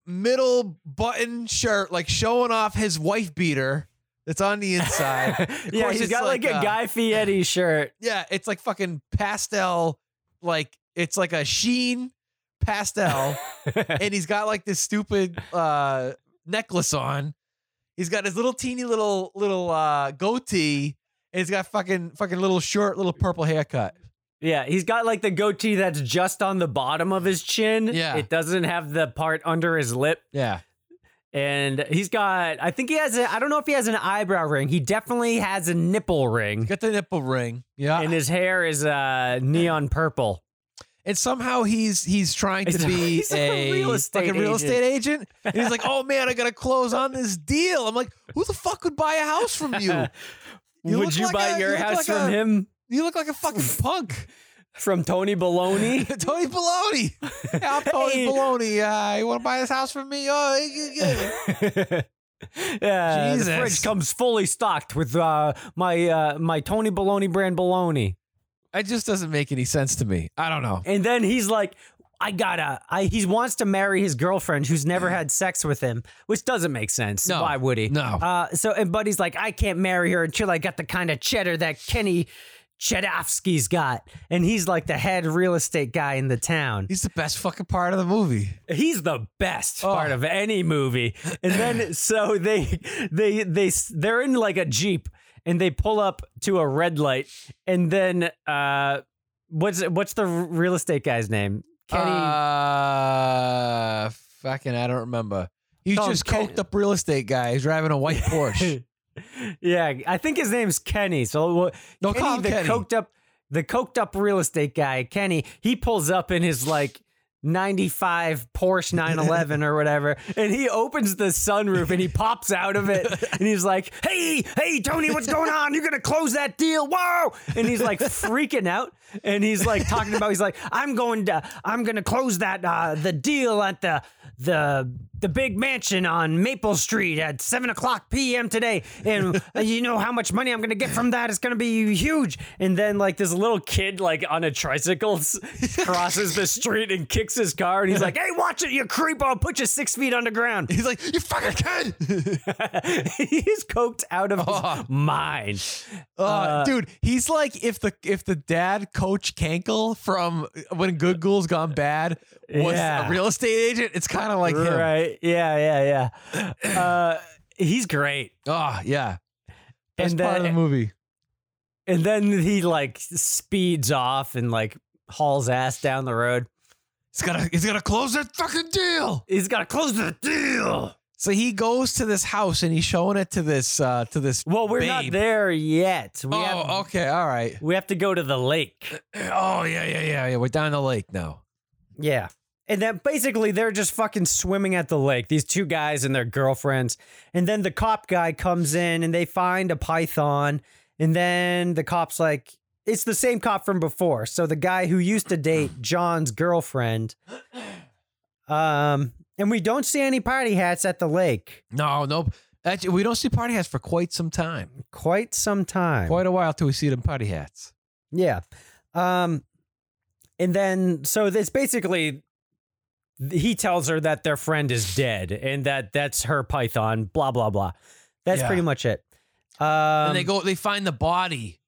Speaker 9: middle button shirt, like showing off his wife beater that's on the inside. Of
Speaker 5: yeah,
Speaker 9: course,
Speaker 5: he's
Speaker 9: it's uh,
Speaker 5: got like, a Guy Fieri shirt.
Speaker 9: Yeah, it's like fucking pastel, like it's like a sheen pastel, and he's got like this stupid uh necklace on. He's got his little teeny little little uh goatee, and he's got fucking fucking little short little purple haircut.
Speaker 5: Yeah, he's got like the goatee that's just on the bottom of his chin.
Speaker 9: Yeah.
Speaker 5: It doesn't have the part under his lip.
Speaker 9: Yeah.
Speaker 5: And he's got, I think he has a, I don't know if he has an eyebrow ring. He definitely has a nipple ring.
Speaker 9: Got the nipple ring. Yeah.
Speaker 5: and
Speaker 9: And,
Speaker 5: his hair is uh, neon purple.
Speaker 9: somehow he's he's trying to
Speaker 5: He's a-
Speaker 9: be
Speaker 5: he's a real estate
Speaker 9: fucking real
Speaker 5: agent.
Speaker 9: estate agent. And he's like, "Oh man, I got to close on this deal." I'm like, "Who the fuck would buy a house from you?" You
Speaker 5: Would
Speaker 9: look
Speaker 5: you
Speaker 9: like
Speaker 5: buy
Speaker 9: a-
Speaker 5: your
Speaker 9: you look
Speaker 5: house
Speaker 9: like
Speaker 5: from
Speaker 9: a-
Speaker 5: him?
Speaker 9: You look like a fucking punk.
Speaker 5: From Tony Baloney?
Speaker 9: Tony Baloney. Yeah, I'm Tony
Speaker 5: Hey.
Speaker 9: Baloney. Uh, you want to buy this house from me? Oh, you- you- you-
Speaker 5: yeah, the
Speaker 9: Jesus.
Speaker 5: fridge comes fully stocked with uh, my uh, my Tony Baloney brand baloney.
Speaker 9: it just doesn't make any sense to me. I don't know.
Speaker 5: And then he's like, I gotta. I, he wants to marry his girlfriend who's never had sex with him, which doesn't make sense.
Speaker 9: No,
Speaker 5: Why would he?
Speaker 9: no.
Speaker 5: Uh, so and Buddy's like, I can't marry her until I got the kind of cheddar that Kenny Chedovsky's got, and he's like the head real estate guy in the town.
Speaker 9: He's the best fucking part of the movie.
Speaker 5: he's the best part of any movie. And then so they they they they're in like a jeep and they pull up to a red light and then uh what's what's the r- real estate guy's name? Kenny
Speaker 9: Uh, fucking, I don't remember. He's
Speaker 5: Oh,
Speaker 9: just
Speaker 5: Ken-
Speaker 9: coked up real estate guy. He's driving a white Porsche.
Speaker 5: Yeah, I think his name's Kenny. So we'll-
Speaker 9: No,
Speaker 5: Kenny,
Speaker 9: call him
Speaker 5: the
Speaker 9: Kenny.
Speaker 5: coked up the coked up real estate guy, Kenny, he pulls up in his like 95 Porsche 911 or whatever, and he opens the sunroof and he pops out of it and he's like, "Hey, hey Tony, what's going on? You're going to close that deal. Whoa!" And he's like freaking out and he's like talking about he's like, "I'm going to I'm going to close that uh the deal at the the the big mansion on Maple Street at seven o'clock p.m. today, and uh, you know how much money I'm gonna get from that. It's gonna be huge. And then like this little kid like on a tricycle s- crosses the street and kicks his car, and he's like, "Hey, watch it, you creep! I'll put you six feet underground."
Speaker 9: He's like, you fucking kid.
Speaker 5: he's coked out of his
Speaker 9: Oh.
Speaker 5: mind.
Speaker 9: Uh, dude, he's like if the if the dad coach Kankel from when Good Ghoul's Gone Bad was
Speaker 5: Yeah.
Speaker 9: a real estate agent, it's kind of like him.
Speaker 5: right? Yeah, yeah, yeah. Uh, he's great.
Speaker 9: Oh yeah, best
Speaker 5: and then
Speaker 9: part of the movie.
Speaker 5: and then he like speeds off and like hauls ass down the road.
Speaker 9: He's gotta he's gotta close that fucking deal.
Speaker 5: He's gotta close the deal.
Speaker 9: So he goes to this house and he's showing it to this uh to this.
Speaker 5: Well, we're not
Speaker 9: babe.
Speaker 5: there yet. We
Speaker 9: Oh,
Speaker 5: have
Speaker 9: okay, all right.
Speaker 5: we have to go to the lake.
Speaker 9: Oh yeah, yeah, yeah, yeah. We're down the lake now.
Speaker 5: Yeah. And then basically they're just fucking swimming at the lake. These two guys and their girlfriends. And then the cop guy comes in and they find a python. And then the cop's like, it's the same cop from before. So the guy who used to date John's girlfriend. Um, and we don't see any party hats at the lake
Speaker 9: No, nope. Actually, we don't see party hats for quite some time.
Speaker 5: quite some time.
Speaker 9: Quite a while till we see them party hats.
Speaker 5: Yeah. Um, and then so it's basically he tells her that their friend is dead and that that's her python. Blah blah blah. That's
Speaker 9: Yeah.
Speaker 5: pretty much it. Um,
Speaker 9: and they go, they find the body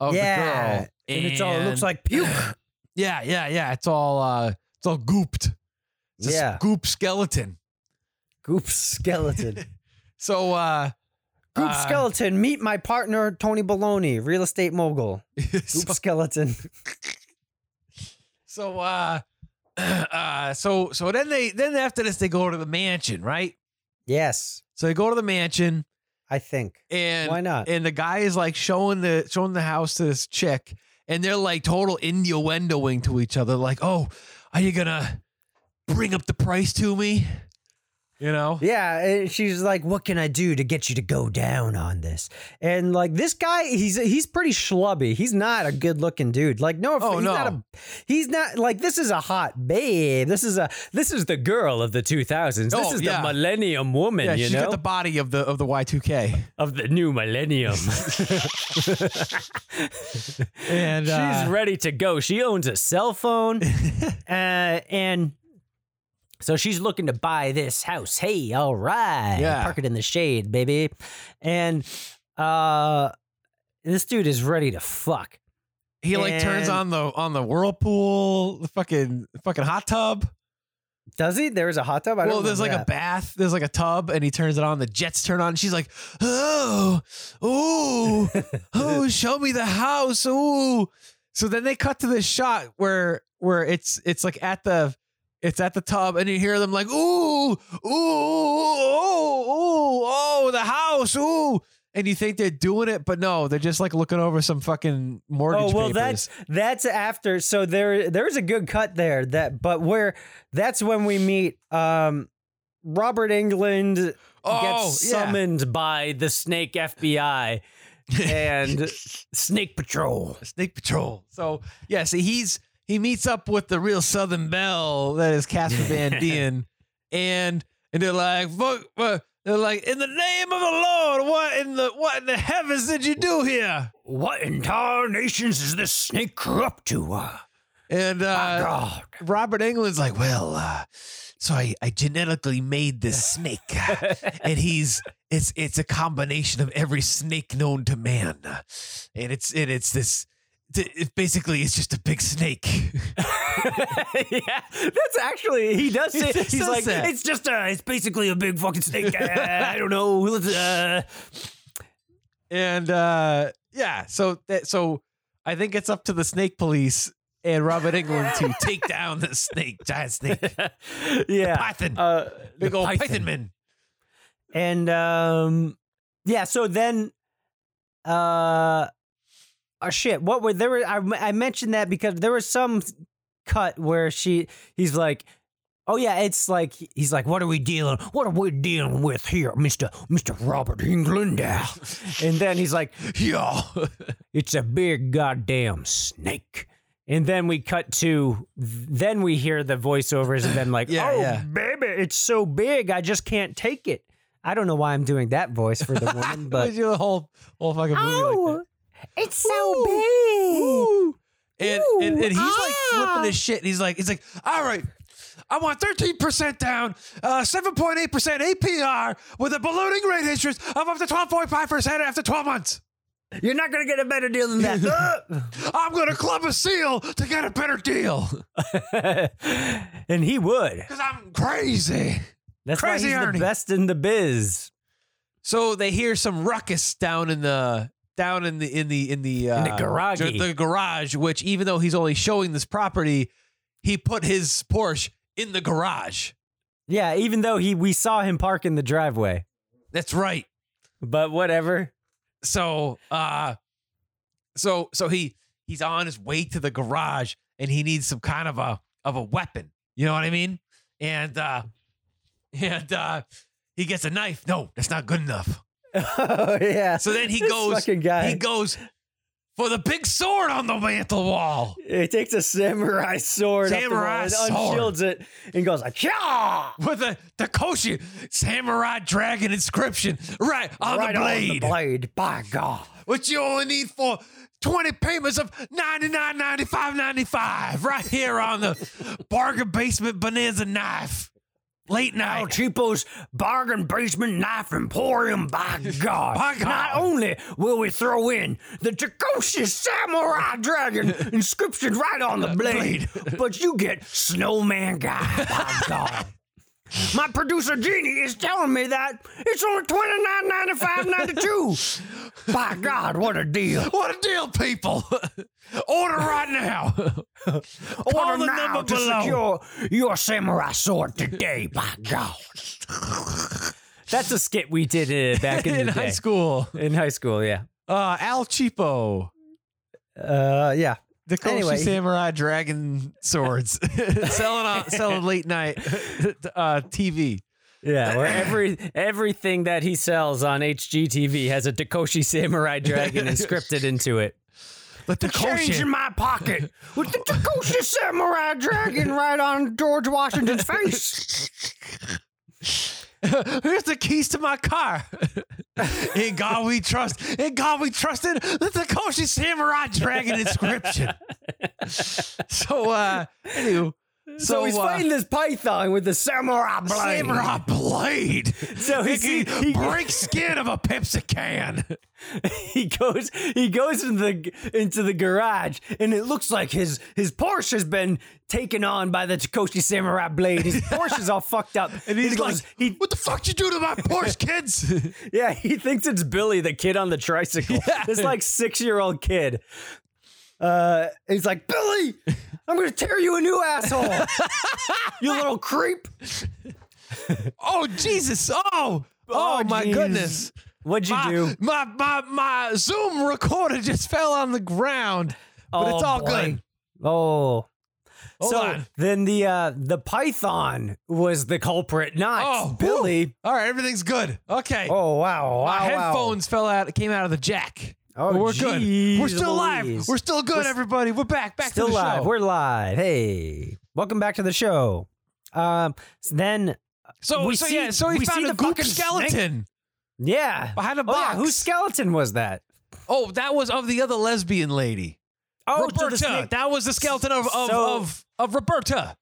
Speaker 9: of
Speaker 5: yeah,
Speaker 9: the girl,
Speaker 5: and it's all it looks
Speaker 9: and-
Speaker 5: like puke.
Speaker 9: yeah, yeah, yeah. It's all, uh, it's all gooped. It's a
Speaker 5: Yeah.
Speaker 9: goop skeleton.
Speaker 5: Goop skeleton.
Speaker 9: So, uh,
Speaker 5: Goop
Speaker 9: uh,
Speaker 5: skeleton. Meet my partner Tony Baloney, real estate mogul. Goop
Speaker 9: so,
Speaker 5: skeleton.
Speaker 9: so, uh, uh, so, so then they, then after this, they go to the mansion, right?
Speaker 5: Yes,
Speaker 9: So they go to the mansion
Speaker 5: I think.
Speaker 9: and
Speaker 5: Why not?
Speaker 9: and the guy is like showing the showing the house to this chick, and they're like total innuendoing to each other, like, "Oh, are you gonna bring up the price to me?" You know?
Speaker 5: Yeah, and she's like, "What can I do to get you to go down on this?" And like this guy, he's he's pretty schlubby. He's not a good looking dude. Like no,
Speaker 9: Oh,
Speaker 5: he's
Speaker 9: no.
Speaker 5: not a, he's not like this is a hot babe. This is a this is the girl of the two thousands. This
Speaker 9: Oh,
Speaker 5: is
Speaker 9: yeah.
Speaker 5: the millennium woman.
Speaker 9: Yeah,
Speaker 5: you
Speaker 9: she's
Speaker 5: know,
Speaker 9: got the body of the of the Y two K,
Speaker 5: of the new millennium.
Speaker 9: and
Speaker 5: She's ready to go. She owns a cell phone, uh, and so she's looking to buy this house. Hey, all right,
Speaker 9: Yeah.
Speaker 5: park it in the shade, baby. And uh, this dude is ready to fuck.
Speaker 9: he like turns
Speaker 5: and-
Speaker 9: on the on the whirlpool, the fucking fucking hot tub.
Speaker 5: Does he? There is a hot tub. I don't
Speaker 9: well, there's like
Speaker 5: remember
Speaker 9: a
Speaker 5: that.
Speaker 9: bath, there's like a tub, and he turns it on. The jets turn on. And she's like, oh, oh, oh, show me the house, oh. So then they cut to this shot where where it's it's like at the it's at the tub, and you hear them like, ooh, ooh, ooh, ooh, oh, the house, ooh. And you think they're doing it, but no, they're just like looking over some fucking mortgage
Speaker 5: Oh well,
Speaker 9: papers.
Speaker 5: that's that's after. So there there's a good cut there. That but where that's when we meet um Robert England
Speaker 9: oh,
Speaker 5: gets
Speaker 9: yeah.
Speaker 5: summoned by the Snake FBI and Snake Patrol.
Speaker 9: Snake Patrol. So yeah, see he's he meets up with the real Southern Belle that is Casper Van Dien, and and they're like, fuck, fuck." they're like, in the name of the Lord, what in the what in the heavens did you do here?
Speaker 5: What in tarnations is this snake corrupt to? Uh,
Speaker 9: And uh,
Speaker 5: God.
Speaker 9: Robert England's like, well, uh, so I, I genetically made this snake, uh, and he's it's it's a combination of every snake known to man, and it's and it's this. It basically, it's just a big snake.
Speaker 5: yeah, that's actually he does say
Speaker 9: He
Speaker 5: he's
Speaker 9: says
Speaker 5: like
Speaker 9: that.
Speaker 5: it's just a it's basically a big fucking snake. Uh, I don't know. Let's, uh,
Speaker 9: and uh yeah so that so i think it's up to the snake police and robert england to take down the snake giant snake
Speaker 5: yeah,
Speaker 9: python
Speaker 5: uh,
Speaker 9: big
Speaker 5: the
Speaker 9: old python, man
Speaker 5: and um, yeah. So then, uh, oh shit. What were there? Were, I I mentioned that because there was some cut where she he's like. Oh yeah, it's like he's like, what are we dealing? What are we dealing with here, Mister Mister Robert England? and then he's like,
Speaker 9: yeah
Speaker 5: it's a big goddamn snake. And then we cut to, then we hear the voiceovers and then like,
Speaker 9: Yeah,
Speaker 5: oh,
Speaker 9: yeah.
Speaker 5: baby, it's so big, I just can't take it. I don't know why I'm doing that voice for the woman,
Speaker 9: but
Speaker 5: but
Speaker 9: the whole whole fucking movie like that.
Speaker 5: it's
Speaker 9: Ooh, Ooh. And, and, and he's like flipping
Speaker 5: ah.
Speaker 9: his shit. And he's like, he's like, all right, I want 13% down, uh, 7.8% APR with a ballooning rate interest of up to 12.5% after 12 months.
Speaker 5: You're not gonna get a better deal than that. Uh.
Speaker 9: I'm gonna club a seal to get a better deal
Speaker 5: and he would.
Speaker 9: because I'm crazy.
Speaker 5: That's
Speaker 9: Crazy
Speaker 5: why he's
Speaker 9: Ernie.
Speaker 5: the best in the biz.
Speaker 9: So they hear some ruckus down in the down in the in the in the uh,
Speaker 5: the garage.
Speaker 9: the, the garage. Which even though he's only showing this property, he put his Porsche in the garage.
Speaker 5: Yeah, even though he we saw him park in the driveway.
Speaker 9: That's right.
Speaker 5: But whatever.
Speaker 9: So uh, so so he he's on his way to the garage and he needs some kind of a of a weapon. You know what I mean? And uh, and uh, he gets a knife. No, that's not good enough.
Speaker 5: oh yeah.
Speaker 9: So then he
Speaker 5: This
Speaker 9: goes.
Speaker 5: fucking guy.
Speaker 9: He goes for the big sword on the mantle wall.
Speaker 5: He takes a samurai sword,
Speaker 9: Samurai
Speaker 5: up the wall and unshields it, and goes like, "Hyah!"
Speaker 9: With a Takoshi samurai dragon inscription right on
Speaker 5: right
Speaker 9: the
Speaker 5: on the
Speaker 9: blade.
Speaker 5: blade. By God,
Speaker 9: which you only need for 20 payments of 99 95 95 right here on the bargain basement bonanza knife late
Speaker 5: El
Speaker 9: night
Speaker 5: Cheapo's bargain basement knife emporium. By God,
Speaker 9: By God.
Speaker 5: not only will we throw in the Takoshi samurai dragon inscription right on the blade, but you get Snowman Guy. By God. My producer Jeannie is telling me that it's only twenty nine ninety five ninety two. By God, what a deal!
Speaker 9: what a deal people order right now
Speaker 5: Order
Speaker 9: call the
Speaker 5: now
Speaker 9: number
Speaker 5: to
Speaker 9: below
Speaker 5: secure your samurai sword today, by God. That's a skit we did uh, back in,
Speaker 9: in
Speaker 5: the
Speaker 9: high
Speaker 5: day.
Speaker 9: school
Speaker 5: In high school, yeah.
Speaker 9: uh al cheapo
Speaker 5: Uh, yeah.
Speaker 9: the Koshi
Speaker 5: Anyway.
Speaker 9: samurai dragon swords selling on selling late night uh tv
Speaker 5: Yeah, where every everything that he sells on HGTV has a Dakoshi Samurai Dragon inscripted into it.
Speaker 9: but the
Speaker 5: Change in
Speaker 9: Koshi,
Speaker 5: my pocket with the Dakoshi Samurai Dragon right on George Washington's face.
Speaker 9: here's the keys to my car. In God we trust. In God we trust in the Takoshi Samurai Dragon inscription. so, uh, anywho, so,
Speaker 5: So, he's
Speaker 9: uh,
Speaker 5: fighting this python with the samurai blade.
Speaker 9: Samurai blade.
Speaker 5: So he-
Speaker 9: It can
Speaker 5: he- he-
Speaker 9: break skin of a Pepsi can.
Speaker 5: he goes he goes into the into the garage and it looks like his his Porsche has been taken on by the Takoshi Samurai blade. His Porsche's all fucked up.
Speaker 9: And he's
Speaker 5: he
Speaker 9: like,
Speaker 5: goes- he
Speaker 9: "What the fuck you do to my Porsche, kids?"
Speaker 5: yeah, he thinks it's Billy, the kid on the tricycle.
Speaker 9: Yeah.
Speaker 5: This like six year old kid. Uh, he's like, Billy, I'm gonna tear you a new asshole. you little creep.
Speaker 9: oh Jesus! Oh, oh, my
Speaker 5: jeez.
Speaker 9: goodness!
Speaker 5: What'd you
Speaker 9: my,
Speaker 5: do?
Speaker 9: My, my my Zoom recorder just fell on the ground, but it's
Speaker 5: Oh,
Speaker 9: all
Speaker 5: boy.
Speaker 9: good.
Speaker 5: Oh.
Speaker 9: Hold
Speaker 5: so
Speaker 9: on.
Speaker 5: then the uh the Python was the culprit, not
Speaker 9: Oh,
Speaker 5: Billy.
Speaker 9: whew. All right, everything's good. Okay.
Speaker 5: Oh wow! Wow!
Speaker 9: My
Speaker 5: wow.
Speaker 9: headphones fell out, came out of the jack.
Speaker 5: Oh,
Speaker 9: But we're good. We're
Speaker 5: geez
Speaker 9: still alive.
Speaker 5: Louise.
Speaker 9: We're still good,
Speaker 5: We're s-
Speaker 9: everybody. We're back. Back
Speaker 5: still
Speaker 9: to the
Speaker 5: live.
Speaker 9: show.
Speaker 5: We're live. Hey, welcome back to the show. Um, s- then
Speaker 9: so
Speaker 5: we
Speaker 9: so
Speaker 5: see-
Speaker 9: yeah. So he
Speaker 5: we see
Speaker 9: found a
Speaker 5: the
Speaker 9: goop
Speaker 5: fucking snake.
Speaker 9: skeleton
Speaker 5: yeah,
Speaker 9: behind
Speaker 5: oh
Speaker 9: a
Speaker 5: yeah,
Speaker 9: box.
Speaker 5: whose skeleton was that?
Speaker 9: oh, that was of the other lesbian lady,
Speaker 5: Oh, to the
Speaker 9: Roberta.
Speaker 5: snake.
Speaker 9: That was the skeleton of of
Speaker 5: So-
Speaker 9: of, of Roberta.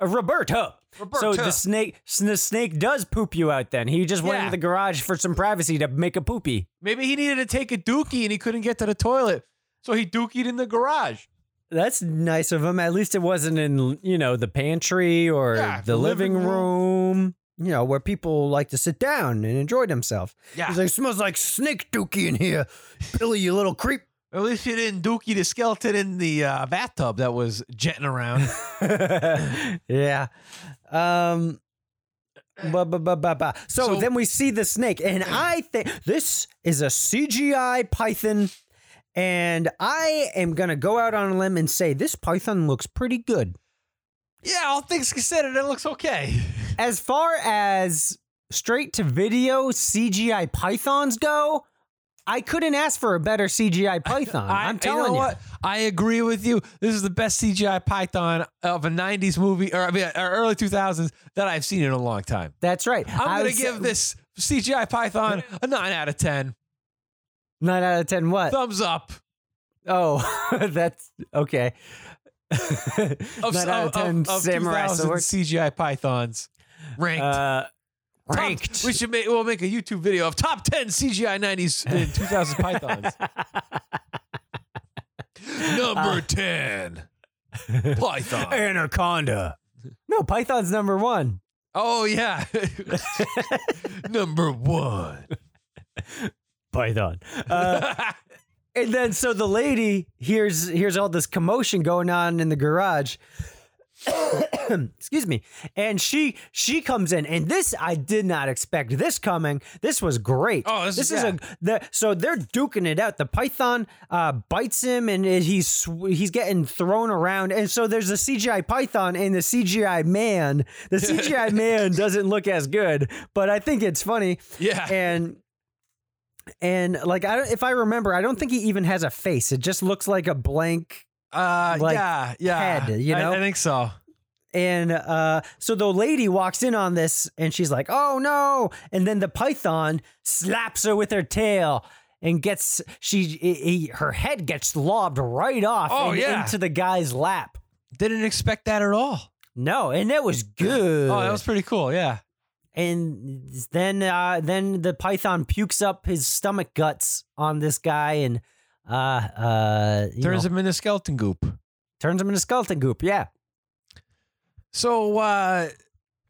Speaker 5: Uh, Roberto. So
Speaker 9: Roberta.
Speaker 5: the snake, s- the snake does poop you out. Then he just went
Speaker 9: Yeah.
Speaker 5: into the garage for some privacy to make a poopy.
Speaker 9: Maybe he needed to take a dookie and he couldn't get to the toilet, so he dookied in the garage.
Speaker 5: That's nice of him. At least it wasn't in you know the pantry or
Speaker 9: Yeah,
Speaker 5: the, living, room. You know where people like to sit down and enjoy themselves.
Speaker 9: Yeah.
Speaker 5: He's like, smells like snake dookie in here, Billy, you little creep.
Speaker 9: At least he didn't dookie the skeleton in the uh, bathtub that was jetting around.
Speaker 5: yeah. Um. ba, ba, ba, ba, ba. So,
Speaker 9: So-
Speaker 5: then we see the snake, and I think this is a CGI python, and I am gonna go out on a limb and say this python looks pretty good.
Speaker 9: yeah, all things considered, it looks okay.
Speaker 5: as far as straight to video CGI pythons go, I couldn't ask for a better CGI python. I, am telling you.
Speaker 9: know what? I agree with you. This is the best CGI Python of a '90s movie, or I mean, or early 2000s that I've seen in a long time.
Speaker 5: That's right. I
Speaker 9: I'm gonna
Speaker 5: would say
Speaker 9: give this CGI Python a nine out of ten.
Speaker 5: nine out of ten. What?
Speaker 9: Thumbs up.
Speaker 5: oh, that's okay. nine
Speaker 9: Of,
Speaker 5: out of
Speaker 9: of-
Speaker 5: ten
Speaker 9: of- of
Speaker 5: samurai
Speaker 9: 2000
Speaker 5: sword.
Speaker 9: CGI Pythons ranked.
Speaker 5: Uh,
Speaker 9: Top-
Speaker 5: ranked.
Speaker 9: we should make. We'll make a YouTube video of top ten CGI '90s and 2000s Pythons. Number
Speaker 5: Uh,
Speaker 9: ten, Python.
Speaker 5: Anaconda. No, Python's number one.
Speaker 9: Oh yeah. Number one.
Speaker 5: Python. Uh, and then so the lady hears hears all this commotion going on in the garage excuse me and she she comes in and this i did not expect this coming this was great
Speaker 9: Oh, this is-
Speaker 5: is a the, so they're duking it out the python uh bites him and it- he's sw- he's getting thrown around and so there's the cgi python and the cgi man the cgi man doesn't look as good but i think it's funny
Speaker 9: Yeah.
Speaker 5: and and like I don't, if I remember, I don't think he even has a face. It just looks like a blank.
Speaker 9: Uh,
Speaker 5: Like,
Speaker 9: yeah, yeah.
Speaker 5: head, you
Speaker 9: I-
Speaker 5: know?
Speaker 9: I, think so.
Speaker 5: And uh, so the lady walks in on this, and she's like, "Oh no!" And then the python slaps her with her tail. And gets she he, he- her head gets lobbed right off
Speaker 9: Oh,
Speaker 5: and
Speaker 9: yeah.
Speaker 5: into the guy's lap.
Speaker 9: Didn't expect that at all.
Speaker 5: No, and that was good.
Speaker 9: Oh, that was pretty cool. Yeah.
Speaker 5: and then uh, then the python pukes up his stomach guts on this guy and uh uh you
Speaker 9: Turns
Speaker 5: know,
Speaker 9: him into skeleton goop.
Speaker 5: turns him into skeleton goop. Yeah,
Speaker 9: So, uh,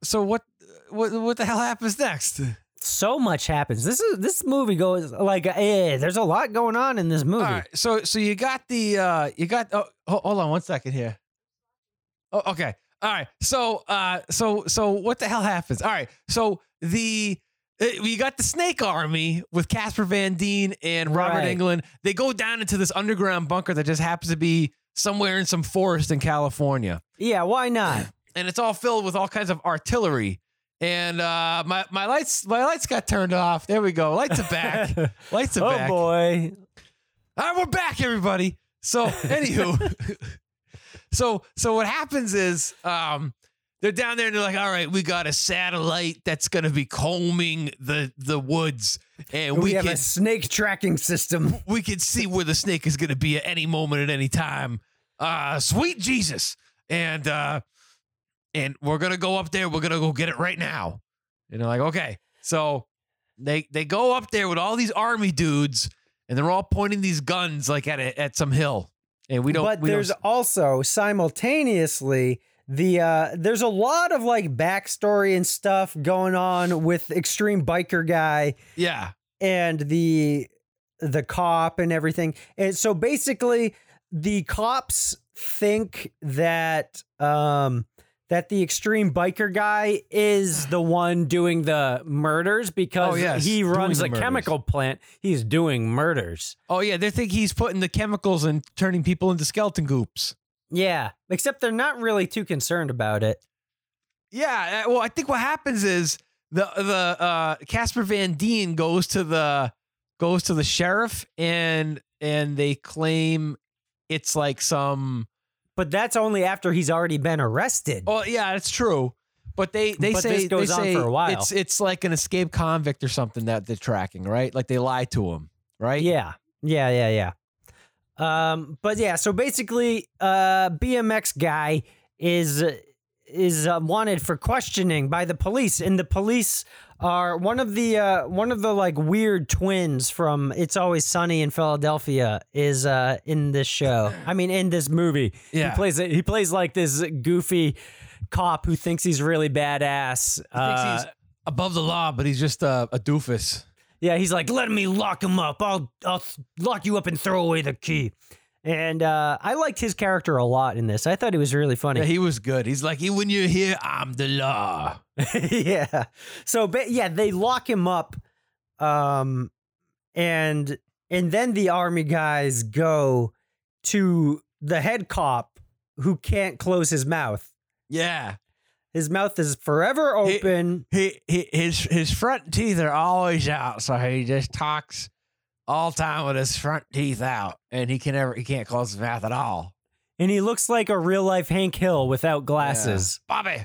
Speaker 9: so what, what, what the hell happens next?
Speaker 5: so much happens. This is this movie goes like eh, there's a lot going on in this movie.
Speaker 9: All right. So, so you got the, uh, you got, oh, ho- hold on one second here. Oh, okay. All right. So, uh, so, so what the hell happens? All right. So the, uh, we got the snake army with Casper Van Dien and Robert
Speaker 5: Right.
Speaker 9: Englund. They go down into this underground bunker that just happens to be somewhere in some forest in California.
Speaker 5: Yeah, why not?
Speaker 9: and it's all filled with all kinds of artillery. And uh, my my lights my lights got turned off. There we go. Lights are back. lights are
Speaker 5: oh
Speaker 9: back.
Speaker 5: boy,
Speaker 9: All right, we're back, everybody. So anywho, so so what happens is um, they're down there and they're like, all right, we got a satellite that's gonna be combing the the woods, and
Speaker 5: we,
Speaker 9: we,
Speaker 5: have
Speaker 9: can
Speaker 5: a snake tracking system.
Speaker 9: we can see where the snake is going to be at any moment at any time. Uh, sweet Jesus. And uh, and we're going to go up there. We're going to go get it right now. And they're like, okay. So they they go up there with all these army dudes and they're all pointing these guns like at a, at some hill. And we don't
Speaker 5: but
Speaker 9: we
Speaker 5: there's
Speaker 9: don't,
Speaker 5: also simultaneously the uh there's a lot of like backstory and stuff going on with extreme biker guy
Speaker 9: yeah.
Speaker 5: and the the cop and everything. And so basically the cops think that um that the extreme biker guy is the one doing the murders because
Speaker 9: Oh, yes,
Speaker 5: he
Speaker 9: doing
Speaker 5: runs
Speaker 9: the
Speaker 5: a
Speaker 9: murders.
Speaker 5: chemical plant. He's doing murders.
Speaker 9: Oh yeah, they think he's putting the chemicals and turning people into skeleton goops.
Speaker 5: Yeah, except they're not really too concerned about it.
Speaker 9: Yeah, uh, well, I think what happens is the the uh Casper Van Dien goes to the goes to the sheriff and and they claim it's like some
Speaker 5: But that's only after he's already been arrested.
Speaker 9: Oh yeah, it's true. But they they
Speaker 5: But
Speaker 9: say
Speaker 5: this goes
Speaker 9: they
Speaker 5: on
Speaker 9: say
Speaker 5: for a while.
Speaker 9: it's it's like an escaped convict or something that they're tracking, right? Like they lie to him, right?
Speaker 5: Yeah. Yeah, yeah, yeah. Um but yeah, so basically uh BMX guy is is uh, wanted for questioning by the police and the police are one of the uh one of the like weird twins from It's Always Sunny in Philadelphia is uh in this show. I mean in this movie.
Speaker 9: Yeah.
Speaker 5: He plays he plays like this goofy cop who thinks he's really badass.
Speaker 9: He thinks
Speaker 5: uh,
Speaker 9: he's above the law, but he's just a, a doofus.
Speaker 5: Yeah, he's like, let me lock him up. I'll I'll th- lock you up and throw away the key. And uh, I liked his character a lot in this. I thought it was really
Speaker 9: Yeah,
Speaker 5: funny.
Speaker 9: he was good. He's like, "Hey, when you're here, I'm the law.
Speaker 5: yeah. So, but yeah, they lock him up, um, and and then the army guys go to the head cop who can't close his mouth.
Speaker 9: Yeah.
Speaker 5: His mouth is forever
Speaker 9: He-
Speaker 5: open.
Speaker 9: he, he his his front teeth are always out, so he just talks all time with his front teeth out, and he can never he can't close his mouth at all.
Speaker 5: and he looks like a real life Hank Hill without glasses.
Speaker 9: Bobby,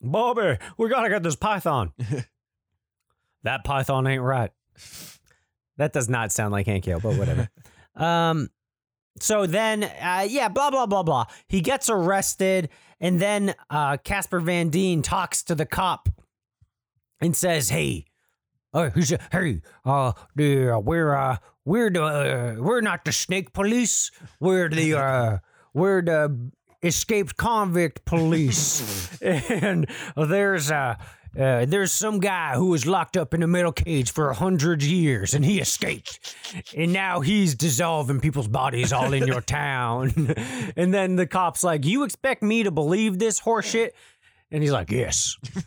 Speaker 5: Bobby, we gotta get this python. that python ain't right. That does not sound like Hank Hill, but whatever. um, so then, uh, yeah, blah blah blah blah. He gets arrested, and then uh, Casper Van Dien talks to the cop and says, "Hey, uh, who's uh, hey? Uh, the, uh, we're uh, we're the uh, we're not the snake police. We're the uh, we're the escaped convict police. and there's uh, uh, there's some guy who was locked up in a metal cage for a hundred years, and he escaped, and now he's dissolving people's bodies all in your town. and then the cops like, you expect me to believe this horseshit? And he's like, yes.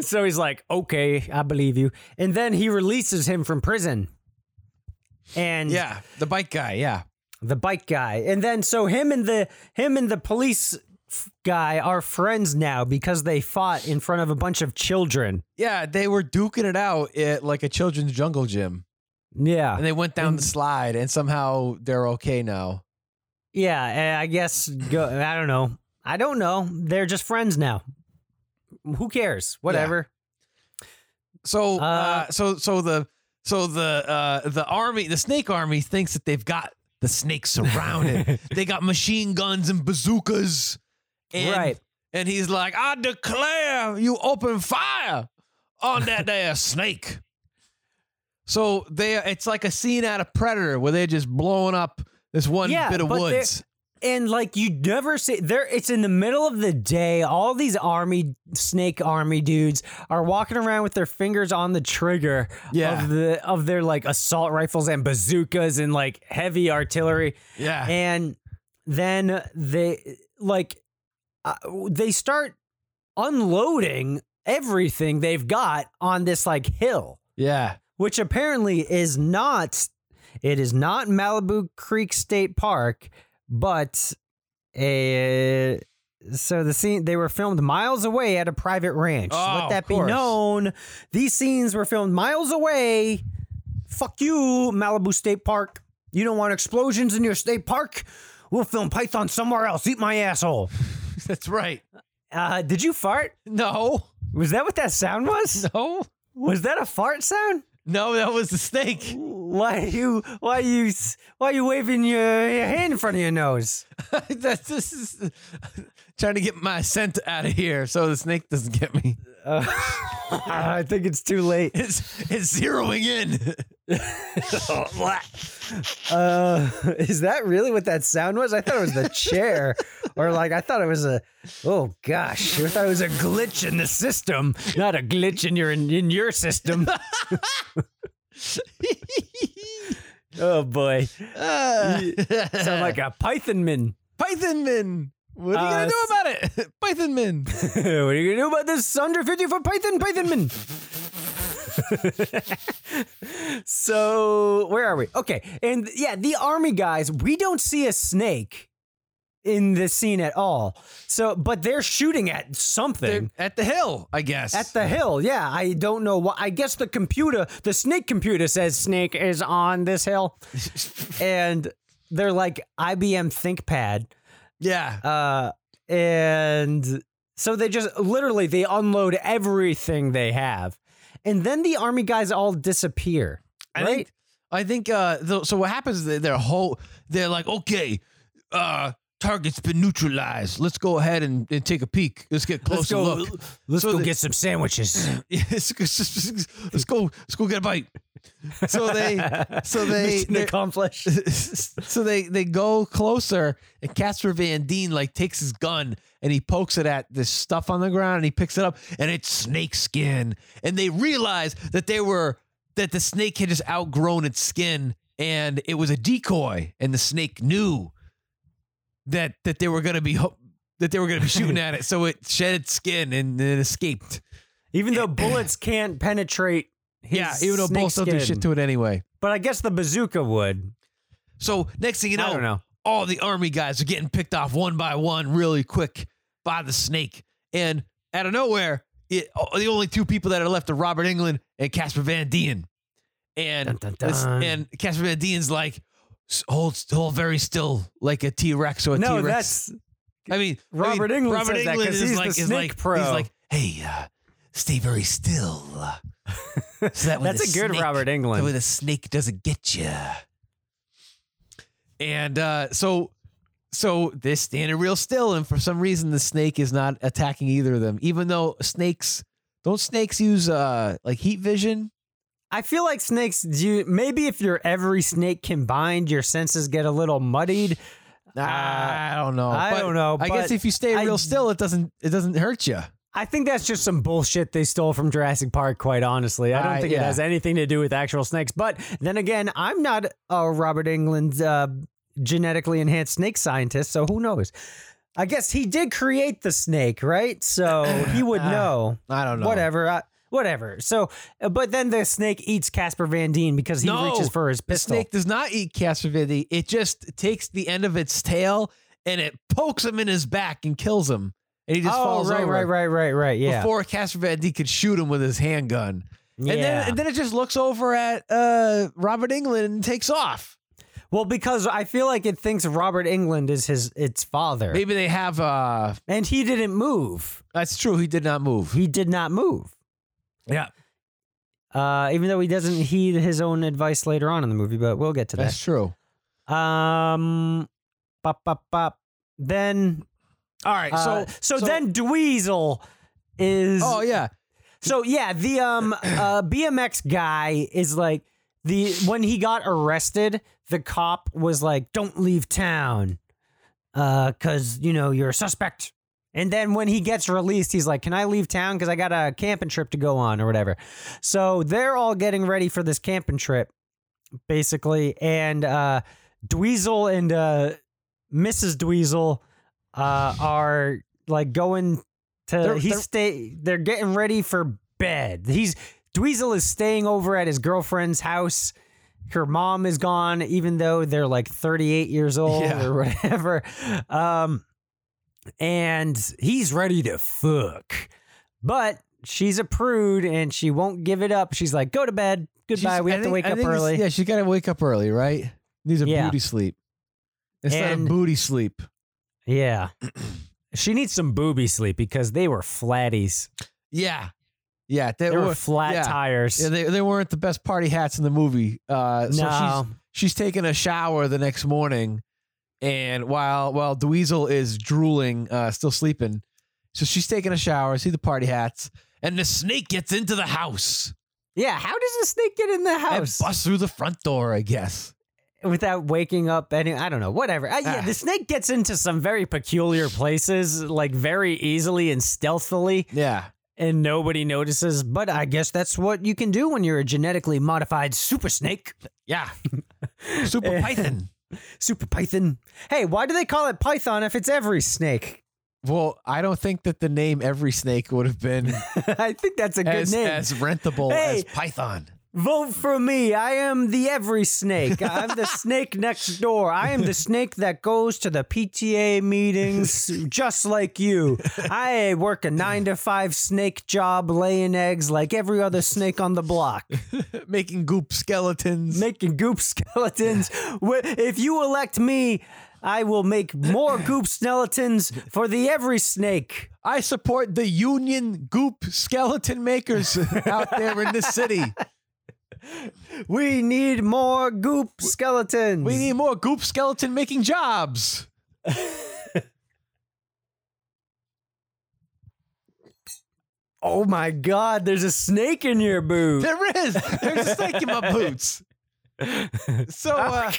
Speaker 5: So he's like, okay, I believe you. And then he releases him from prison. And
Speaker 9: yeah, the bike guy, yeah,
Speaker 5: the bike guy. And then so him and the him and the police f- guy are friends now because they fought in front of a bunch of children.
Speaker 9: Yeah, they were duking it out at like a children's jungle gym,
Speaker 5: Yeah.
Speaker 9: and they went down the slide, and somehow they're okay now.
Speaker 5: Yeah, eh, I guess go, I don't know. I don't know. They're just friends now. Who cares? Whatever.
Speaker 9: So, uh,
Speaker 5: Uh,
Speaker 9: so, so the so the uh, the army, the snake army, thinks that they've got the snake surrounded. they got machine guns and bazookas, and,
Speaker 5: Right.
Speaker 9: And he's like, "I declare, you open fire on that there snake." So they, it's like a scene out of Predator where they're just blowing up this one
Speaker 5: Yeah,
Speaker 9: bit of
Speaker 5: but they're-
Speaker 9: woods.
Speaker 5: And like you never see there it's in the middle of the day, all these army snake army dudes are walking around with their fingers on the trigger
Speaker 9: Yeah.
Speaker 5: of the of their like assault rifles and bazookas and like heavy artillery.
Speaker 9: Yeah,
Speaker 5: and then they like uh, they start unloading everything they've got on this like hill
Speaker 9: yeah.
Speaker 5: which apparently is not it is not malibu creek state park but a so the scene they were filmed miles away at a private ranch
Speaker 9: Oh,
Speaker 5: let that
Speaker 9: of
Speaker 5: be
Speaker 9: course.
Speaker 5: known these scenes were filmed miles away fuck you malibu state park you don't want explosions in your state park we'll film python somewhere else eat my asshole
Speaker 9: That's right.
Speaker 5: uh, did you fart
Speaker 9: No,
Speaker 5: was that what that sound was
Speaker 9: no,
Speaker 5: was that a fart sound
Speaker 9: no. That was the snake.
Speaker 5: why you why you s- why you waving your, your hand in front of your nose?
Speaker 9: That's this is trying to get my scent out of here so the snake doesn't get me.
Speaker 5: Uh, I think it's too late.
Speaker 9: It's it's zeroing in.
Speaker 5: Uh, is that really what that sound was? I thought it was the chair, or like I thought it was a oh gosh, I thought it was a glitch in the system, not a glitch in your in, in your system. oh boy, sound like a python man.
Speaker 9: Python Man. What are you
Speaker 5: Uh,
Speaker 9: gonna do about it? Python Man.
Speaker 5: what are you gonna do about this under 50 foot python python man so where are we okay and yeah the army guys we don't see a snake in this scene at all so but they're shooting at something
Speaker 9: They're at the hill, I guess.
Speaker 5: at the hill yeah i don't know why i guess the computer the snake computer says snake is on this hill and they're like ibm thinkpad
Speaker 9: yeah.
Speaker 5: uh, and so they just literally they unload everything they have, and then the army guys all disappear.
Speaker 9: I
Speaker 5: right?
Speaker 9: think I think uh the, so what happens is they- their whole they're like, okay, uh target's been neutralized. Let's go ahead and, and take a peek. Let's get a
Speaker 5: let's
Speaker 9: closer
Speaker 5: go.
Speaker 9: look.
Speaker 5: Let's
Speaker 9: So
Speaker 5: go
Speaker 9: the-
Speaker 5: get some sandwiches.
Speaker 9: Yeah, let's, let's- let's go let's go get a bite. So they so they
Speaker 5: Mission accomplished.
Speaker 9: so they they go closer and Casper Van Deen like takes his gun and he pokes it at this stuff on the ground and he picks it up and it's snake skin and they realize that they were that the snake had just outgrown its skin and it was a decoy and the snake knew that that they were going to be ho- that they were going to be shooting at it so it shed its skin and then escaped
Speaker 5: Even though bullets can't penetrate. His
Speaker 9: yeah even though both
Speaker 5: snake
Speaker 9: of them do
Speaker 5: skin.
Speaker 9: shit to it anyway
Speaker 5: But I guess the bazooka would.
Speaker 9: So next thing you know,
Speaker 5: I don't know.
Speaker 9: all the army guys are getting picked off one by one, really quick by the snake. And out of nowhere, it, oh, the only two people that are left are Robert England and Casper Van Dien. And
Speaker 5: Dun, dun,
Speaker 9: this-
Speaker 5: dun.
Speaker 9: and Casper Van Dien's like "S- hold, s- hold very still, like a T Rex or a T
Speaker 5: No,
Speaker 9: Rex.
Speaker 5: that's
Speaker 9: I mean,
Speaker 5: Robert
Speaker 9: I mean,
Speaker 5: Englund says that 'cause he's the
Speaker 9: is
Speaker 5: snake
Speaker 9: like,
Speaker 5: pro.
Speaker 9: He's like, hey, uh, stay very still. So that when
Speaker 5: That's
Speaker 9: the
Speaker 5: a good
Speaker 9: snake-
Speaker 5: Robert Englund.
Speaker 9: So the snake doesn't get you. And uh, so, so they're standing real still, and for some reason, the snake is not attacking either of them. Even though snakes don't snakes use uh like heat vision.
Speaker 5: I feel like snakes. Do you, maybe if you're every snake combined, your senses get a little muddied.
Speaker 9: I don't know.
Speaker 5: Uh, I don't know,
Speaker 9: I guess
Speaker 5: but
Speaker 9: if you stay
Speaker 5: I-
Speaker 9: real still, it doesn't it doesn't hurt you.
Speaker 5: I think that's just some bullshit they stole from Jurassic Park, quite honestly. I don't
Speaker 9: Uh,
Speaker 5: think it
Speaker 9: yeah.
Speaker 5: has anything to do with actual snakes. But then again, I'm not a Robert England uh, genetically enhanced snake scientist, so who knows? I guess he did create the snake, right? So he would know.
Speaker 9: Ah, I don't know.
Speaker 5: Whatever. I, whatever. So, uh, but then the snake eats Casper Van Dien because he
Speaker 9: No,
Speaker 5: reaches for his
Speaker 9: The
Speaker 5: pistol.
Speaker 9: snake does not eat Casper Van Dien. It just takes the end of its tail and it pokes him in his back and kills him. And he just
Speaker 5: oh,
Speaker 9: falls
Speaker 5: right,
Speaker 9: over
Speaker 5: right, right, right, right. Yeah.
Speaker 9: before Casper Van Dien could shoot him with his handgun.
Speaker 5: yeah.
Speaker 9: And, then, and then it just looks over at uh, Robert England and takes off.
Speaker 5: well, because I feel like it thinks Robert England is his its father.
Speaker 9: Maybe they have. Uh,
Speaker 5: And he didn't move.
Speaker 9: that's true. He did not move.
Speaker 5: He did not move.
Speaker 9: Yeah,
Speaker 5: Uh, even though he doesn't heed his own advice later on in the movie, but we'll get to that.
Speaker 9: that's true.
Speaker 5: Um, bop, bop, bop. Then,
Speaker 9: All right. So
Speaker 5: uh, so, then Dweezil is.
Speaker 9: Oh yeah.
Speaker 5: So yeah, the um uh BMX guy is like the when he got arrested, the cop was like, "Don't leave town, uh, cause you know you're a suspect." And then when he gets released, he's like, "Can I leave town? Cause I got a camping trip to go on or whatever." So they're all getting ready for this camping trip, basically, and uh, Dweezil and uh, Mrs. Dweezil uh, are like going to
Speaker 9: They're-
Speaker 5: he's
Speaker 9: they're-
Speaker 5: stay they're getting ready for bed. He's Dweezil is staying over at his girlfriend's house. Her mom is gone, even though they're like 38 years old
Speaker 9: Yeah.
Speaker 5: or whatever. Um, and he's ready to fuck, but she's a prude and she won't give it up. She's like, "Go to bed, goodbye.
Speaker 9: She's-
Speaker 5: we
Speaker 9: I
Speaker 5: have to
Speaker 9: think-
Speaker 5: wake
Speaker 9: I
Speaker 5: up
Speaker 9: think this-
Speaker 5: early."
Speaker 9: Yeah, she's got to wake up early, right? Needs a
Speaker 5: Yeah.
Speaker 9: booty sleep. Instead
Speaker 5: And-
Speaker 9: of booty sleep.
Speaker 5: Yeah. she needs some booby sleep because they were flatties.
Speaker 9: Yeah. Yeah.
Speaker 5: They, were, flat
Speaker 9: yeah.
Speaker 5: tires.
Speaker 9: Yeah, they, they weren't the best party hats in the movie. Uh, so
Speaker 5: no.
Speaker 9: she's she's taking a shower the next morning, and while while Dweezil is drooling, uh, still sleeping, so she's taking a shower. See the party hats, and the snake gets into the house,
Speaker 5: yeah. How does a snake get in the house
Speaker 9: and busts through the front door. I guess.
Speaker 5: without waking up? Any, I don't know. Whatever. Uh, yeah,
Speaker 9: Ah.
Speaker 5: the snake gets into some very peculiar places, like very easily and stealthily,
Speaker 9: Yeah.
Speaker 5: and nobody notices. But I guess that's what you can do when you're a genetically modified super snake,
Speaker 9: Yeah.
Speaker 5: Eh.
Speaker 9: Super Python.
Speaker 5: super python. Hey, why do they call it python if it's every snake?
Speaker 9: Well, I don't think that the name every snake would have been
Speaker 5: I think that's a good
Speaker 9: as,
Speaker 5: name.
Speaker 9: as rentable
Speaker 5: Hey.
Speaker 9: as Python.
Speaker 5: Vote for me. I am the every snake. I'm the snake next door. I am the snake that goes to the PTA meetings just like you. I work a nine to five snake job laying eggs like every other snake on the block,
Speaker 9: Making goop skeletons.
Speaker 5: making goop skeletons. Wh- If you elect me, I will make more goop skeletons for the every snake.
Speaker 9: I support the union goop skeleton makers out there in this city.
Speaker 5: We need more goop skeletons.
Speaker 9: We need more goop skeleton making jobs.
Speaker 5: oh my God, there's a snake in your boot.
Speaker 9: There is. There's a snake in my boots. So, uh,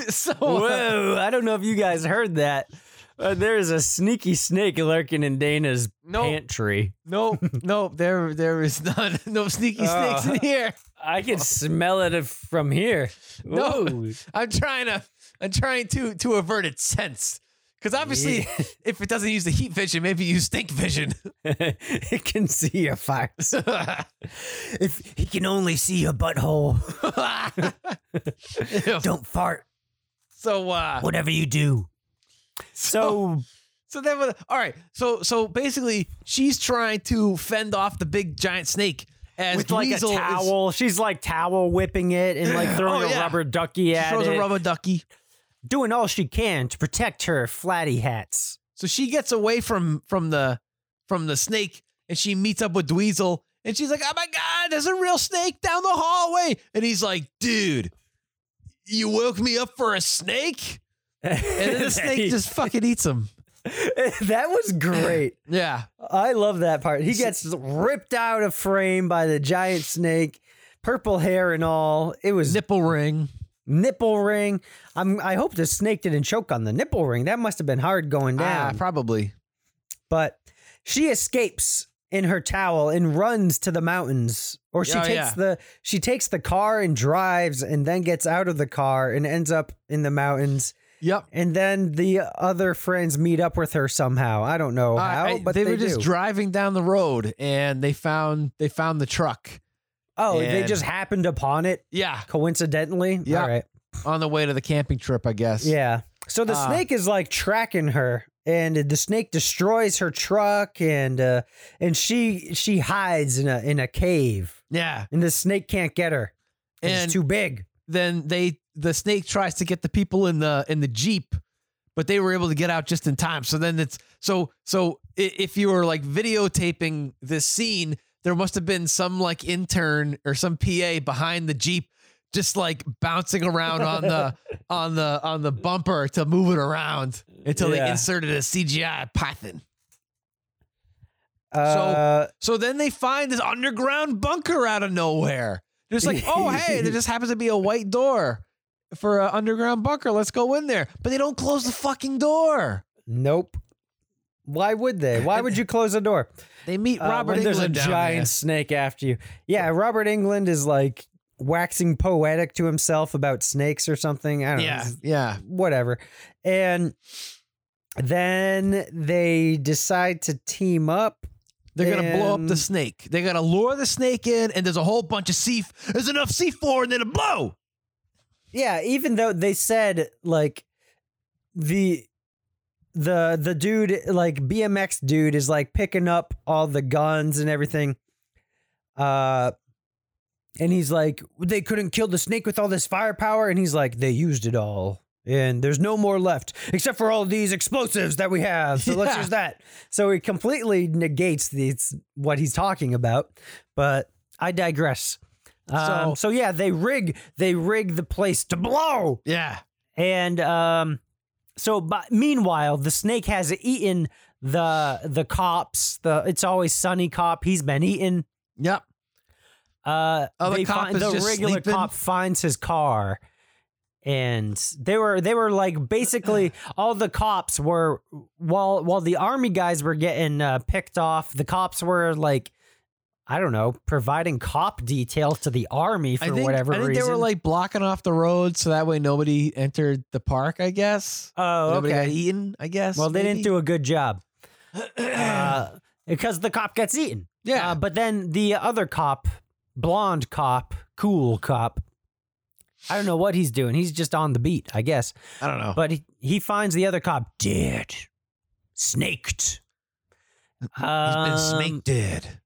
Speaker 9: so uh,
Speaker 5: Whoa, I don't know if you guys heard that. Uh, there is a sneaky snake lurking in Dana's
Speaker 9: Nope.
Speaker 5: pantry.
Speaker 9: no, no, there, there is none. No sneaky snakes in here.
Speaker 5: I can smell it from here.
Speaker 9: No.
Speaker 5: Whoa.
Speaker 9: I'm trying to I'm trying to to avert its sense. Because obviously, if it doesn't use the heat vision, maybe use stink vision.
Speaker 5: it can see your farts. if he can only see your butthole, don't fart,
Speaker 9: so uh
Speaker 5: whatever you do. So,
Speaker 9: so then with- all right. So so basically she's trying to fend off the big giant snake as
Speaker 5: with like a
Speaker 9: Dweezil is-
Speaker 5: towel, she's like towel whipping it and like throwing
Speaker 9: Oh, yeah.
Speaker 5: a rubber ducky
Speaker 9: she
Speaker 5: at
Speaker 9: throws
Speaker 5: it,
Speaker 9: a rubber ducky.
Speaker 5: doing all she can to protect her flatty hats.
Speaker 9: So she gets away from from the from the snake and she meets up with Dweezil and she's like, "Oh my god, there's a real snake down the hallway." And he's like, "Dude, you woke me up for a snake?" And then the snake just fucking eats him.
Speaker 5: that was great.
Speaker 9: Yeah.
Speaker 5: I love that part. He gets ripped out of frame by the giant snake, purple hair and all. It was
Speaker 9: Nipple ring.
Speaker 5: nipple ring. I'm I hope the snake didn't choke on the nipple ring. That must have been hard going
Speaker 9: Ah,
Speaker 5: down.
Speaker 9: probably.
Speaker 5: but she escapes in her towel and runs to the mountains or she
Speaker 9: Oh,
Speaker 5: takes
Speaker 9: yeah.
Speaker 5: the she takes the car and drives and then gets out of the car and ends up in the mountains
Speaker 9: Yep.
Speaker 5: and then the other friends meet up with her somehow. I don't know
Speaker 9: Uh,
Speaker 5: how,
Speaker 9: I-
Speaker 5: but
Speaker 9: they,
Speaker 5: they,
Speaker 9: were just
Speaker 5: do.
Speaker 9: driving down the road and they found they found the truck.
Speaker 5: oh, they
Speaker 9: and-
Speaker 5: just happened upon it
Speaker 9: Yeah.
Speaker 5: coincidentally.
Speaker 9: Yeah.
Speaker 5: All right.
Speaker 9: On the way to the camping trip, I guess.
Speaker 5: Yeah. So the
Speaker 9: Uh.
Speaker 5: snake is like tracking her, and the snake destroys her truck, and uh, and she she hides in a in a cave,
Speaker 9: Yeah.
Speaker 5: and the snake can't get her.
Speaker 9: And
Speaker 5: it's too big.
Speaker 9: then they the snake tries to get the people in the in the jeep, but they were able to get out just in time. So then it's so so i- if you were like videotaping this scene, there must have been some like intern or some PA behind the jeep just like bouncing around on the on the on the bumper to move it around until they
Speaker 5: Yeah.
Speaker 9: inserted a CGI python.
Speaker 5: Uh,
Speaker 9: So then they find this underground bunker out of nowhere. Just like, oh hey, there just happens to be a white door for an underground bunker. Let's go in there. But they don't close the fucking door.
Speaker 5: nope. Why would they? Why would you close the door?
Speaker 9: They meet
Speaker 5: Uh,
Speaker 9: Robert
Speaker 5: when
Speaker 9: England
Speaker 5: there's a
Speaker 9: down
Speaker 5: giant
Speaker 9: there.
Speaker 5: snake after you. Yeah, Robert England is like waxing poetic to himself about snakes or something. I don't know.
Speaker 9: Yeah,
Speaker 5: It's-
Speaker 9: yeah.
Speaker 5: Whatever. And then they decide to team up.
Speaker 9: They're gonna blow up the
Speaker 5: And-
Speaker 9: snake. They're gonna lure the snake in, and there's a whole bunch of C. There's enough C four, and then a blow.
Speaker 5: Yeah, even though they said like the the the dude like BMX dude is like picking up all the guns and everything. Uh and he's like they couldn't kill the snake with all this firepower and he's like they used it all and there's no more left except for all these explosives that we have. So let's
Speaker 9: Yeah.
Speaker 5: use that. So he completely negates these what he's talking about, but I digress. Um,
Speaker 9: So-
Speaker 5: so yeah, they rig they rig the place to blow.
Speaker 9: Yeah,
Speaker 5: And um, so, but meanwhile, the snake has eaten the the cops. The it's always sunny cop. He's been eaten.
Speaker 9: yep.
Speaker 5: Uh,
Speaker 9: Other
Speaker 5: they
Speaker 9: Oh, cop
Speaker 5: find,
Speaker 9: is
Speaker 5: the
Speaker 9: just
Speaker 5: regular
Speaker 9: sleeping.
Speaker 5: cop finds his car, and they were they were like basically all the cops were while while the army guys were getting uh, picked off. The cops were like. I don't know, providing cop detail to the army for
Speaker 9: I think,
Speaker 5: whatever
Speaker 9: I think
Speaker 5: reason.
Speaker 9: they were like blocking off the road so that way nobody entered the park. I guess.
Speaker 5: oh,
Speaker 9: Nobody got
Speaker 5: okay.
Speaker 9: eaten. I guess.
Speaker 5: Well, they didn't
Speaker 9: maybe?
Speaker 5: do a good job uh, because the cop gets eaten.
Speaker 9: Yeah.
Speaker 5: Uh, but then the other cop, blonde cop, cool cop, I don't know what he's doing. He's just on the beat, I guess.
Speaker 9: I don't know.
Speaker 5: But he, he finds the other cop dead, snaked.
Speaker 9: He's been
Speaker 5: Um,
Speaker 9: snake dead.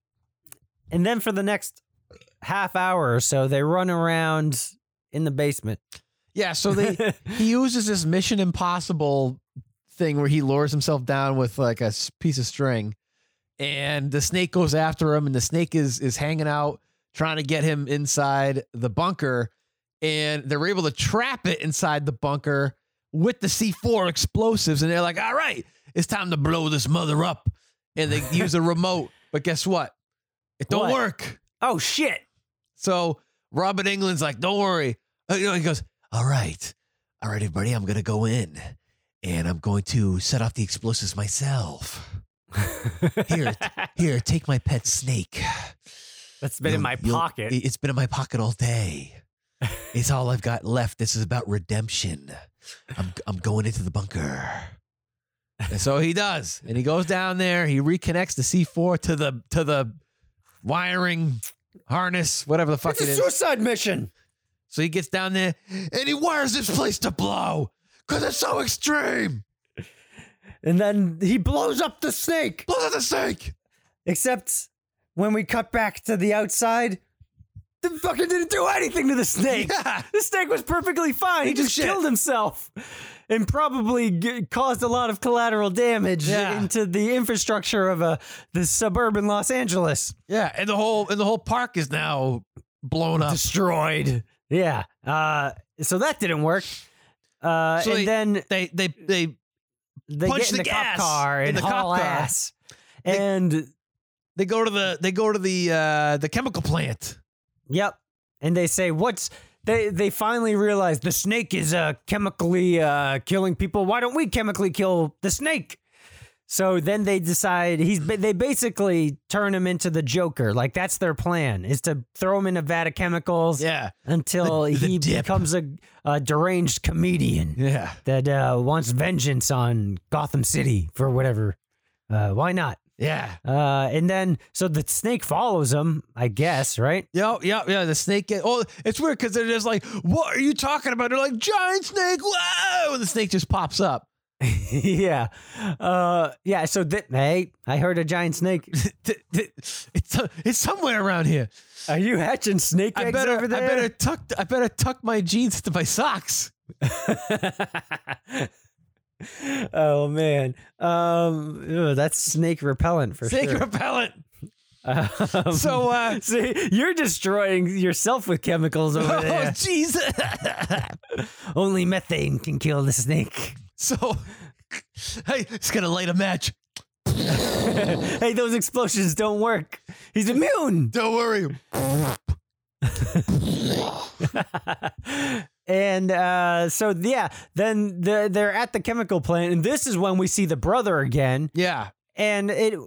Speaker 5: And then for the next half hour or so, they run around in the basement.
Speaker 9: Yeah, so they he uses this Mission Impossible thing where he lures himself down with like a s- piece of string, and the snake goes after him, and the snake is is hanging out trying to get him inside the bunker, and they're able to trap it inside the bunker with the C four explosives, and they're like, "All right, it's time to blow this mother up," and they use a remote, but guess what? It don't
Speaker 5: What?
Speaker 9: work.
Speaker 5: oh, shit.
Speaker 9: So Robert England's like, don't worry. Uh, you know, he goes, all right, all right, everybody, I'm going to go in and I'm going to set off the explosives myself. here, here, take my pet snake.
Speaker 5: That's been in
Speaker 9: You'll-
Speaker 5: my
Speaker 9: you'll-
Speaker 5: pocket.
Speaker 9: it- It's been in my pocket all day. It's all I've got left. This is about redemption. I'm I'm going into the bunker. And so he does. And he goes down there, he reconnects the C4 to the to the wiring harness, whatever the fuck it is.
Speaker 5: suicide mission.
Speaker 9: So he gets down there and he wires this place to blow because it's so extreme.
Speaker 5: And then he blows up the snake.
Speaker 9: Blows out the snake.
Speaker 5: Except when we cut back to the outside, the fucking didn't do anything to the snake.
Speaker 9: Yeah.
Speaker 5: The snake was perfectly fine. He
Speaker 9: do
Speaker 5: just
Speaker 9: shit.
Speaker 5: killed himself and probably g- caused a lot of collateral damage
Speaker 9: Yeah.
Speaker 5: into the infrastructure of a the suburban Los Angeles.
Speaker 9: Yeah, and the whole and the whole park is now blown up.
Speaker 5: Destroyed. Yeah. Uh, so that didn't work. Uh,
Speaker 9: So
Speaker 5: and
Speaker 9: they-
Speaker 5: then
Speaker 9: They they they
Speaker 5: they
Speaker 9: punch
Speaker 5: get in
Speaker 9: the
Speaker 5: the,
Speaker 9: gas
Speaker 5: cop car
Speaker 9: in
Speaker 5: and
Speaker 9: the cop
Speaker 5: haul
Speaker 9: car.
Speaker 5: ass.
Speaker 9: They-
Speaker 5: And
Speaker 9: they go to the they go to the uh the chemical plant.
Speaker 5: Yep. And they say, "What's?" They they finally realize the snake is uh, chemically uh, killing people. Why don't we chemically kill the snake? So then they decide he's ba- they basically turn him into the Joker. Like that's their plan is to throw him in a vat of chemicals
Speaker 9: Yeah.
Speaker 5: until
Speaker 9: The- the
Speaker 5: he
Speaker 9: dip.
Speaker 5: becomes a, a deranged comedian
Speaker 9: Yeah.
Speaker 5: that uh, wants vengeance on Gotham City for whatever. Uh, why not?
Speaker 9: Yeah.
Speaker 5: Uh, and then so the snake follows him, I guess, right?
Speaker 9: Yeah, yeah, yeah. The snake. Get, oh, it's weird because they're just like, "What are you talking about?" They're like, "Giant snake!" Whoa! And the snake just pops up.
Speaker 5: yeah. Uh, yeah. So that hey, I heard a giant snake.
Speaker 9: Th- th- It's uh, it's somewhere around here.
Speaker 5: Are you hatching snake
Speaker 9: I
Speaker 5: eggs
Speaker 9: better
Speaker 5: over there?
Speaker 9: I better tuck I better tuck my jeans to my socks.
Speaker 5: oh man, um, ew, that's snake repellent for
Speaker 9: snake
Speaker 5: sure.
Speaker 9: repellent.
Speaker 5: Um,
Speaker 9: So uh,
Speaker 5: see, you're destroying yourself with chemicals over
Speaker 9: oh
Speaker 5: there.
Speaker 9: jeez.
Speaker 5: Only methane can kill the snake.
Speaker 9: so hey, it's gonna light a match.
Speaker 5: Hey, those explosions don't work. He's immune.
Speaker 9: Don't worry.
Speaker 5: and uh, so yeah, then the, they're at the chemical plant, and this is when we see the brother again,
Speaker 9: Yeah.
Speaker 5: and it uh,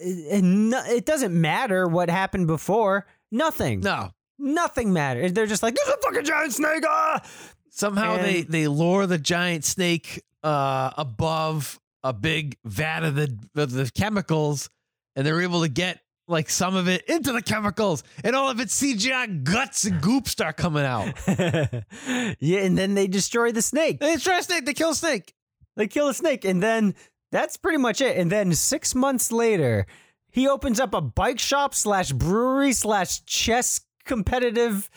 Speaker 5: it, no- it doesn't matter what happened before. Nothing.
Speaker 9: No.
Speaker 5: Nothing matters. They're just like there's a fucking giant snake. Ah!
Speaker 9: Somehow
Speaker 5: And-
Speaker 9: they they lure the giant snake uh, above a big vat of the of the chemicals, and they're able to get like some of it into the chemicals, and all of its CGI guts and goop start coming out.
Speaker 5: yeah, and then they destroy the snake.
Speaker 9: They try snake, they kill snake.
Speaker 5: They kill the snake, and then that's pretty much it. And then six months later, he opens up a bike shop slash brewery slash chess competitive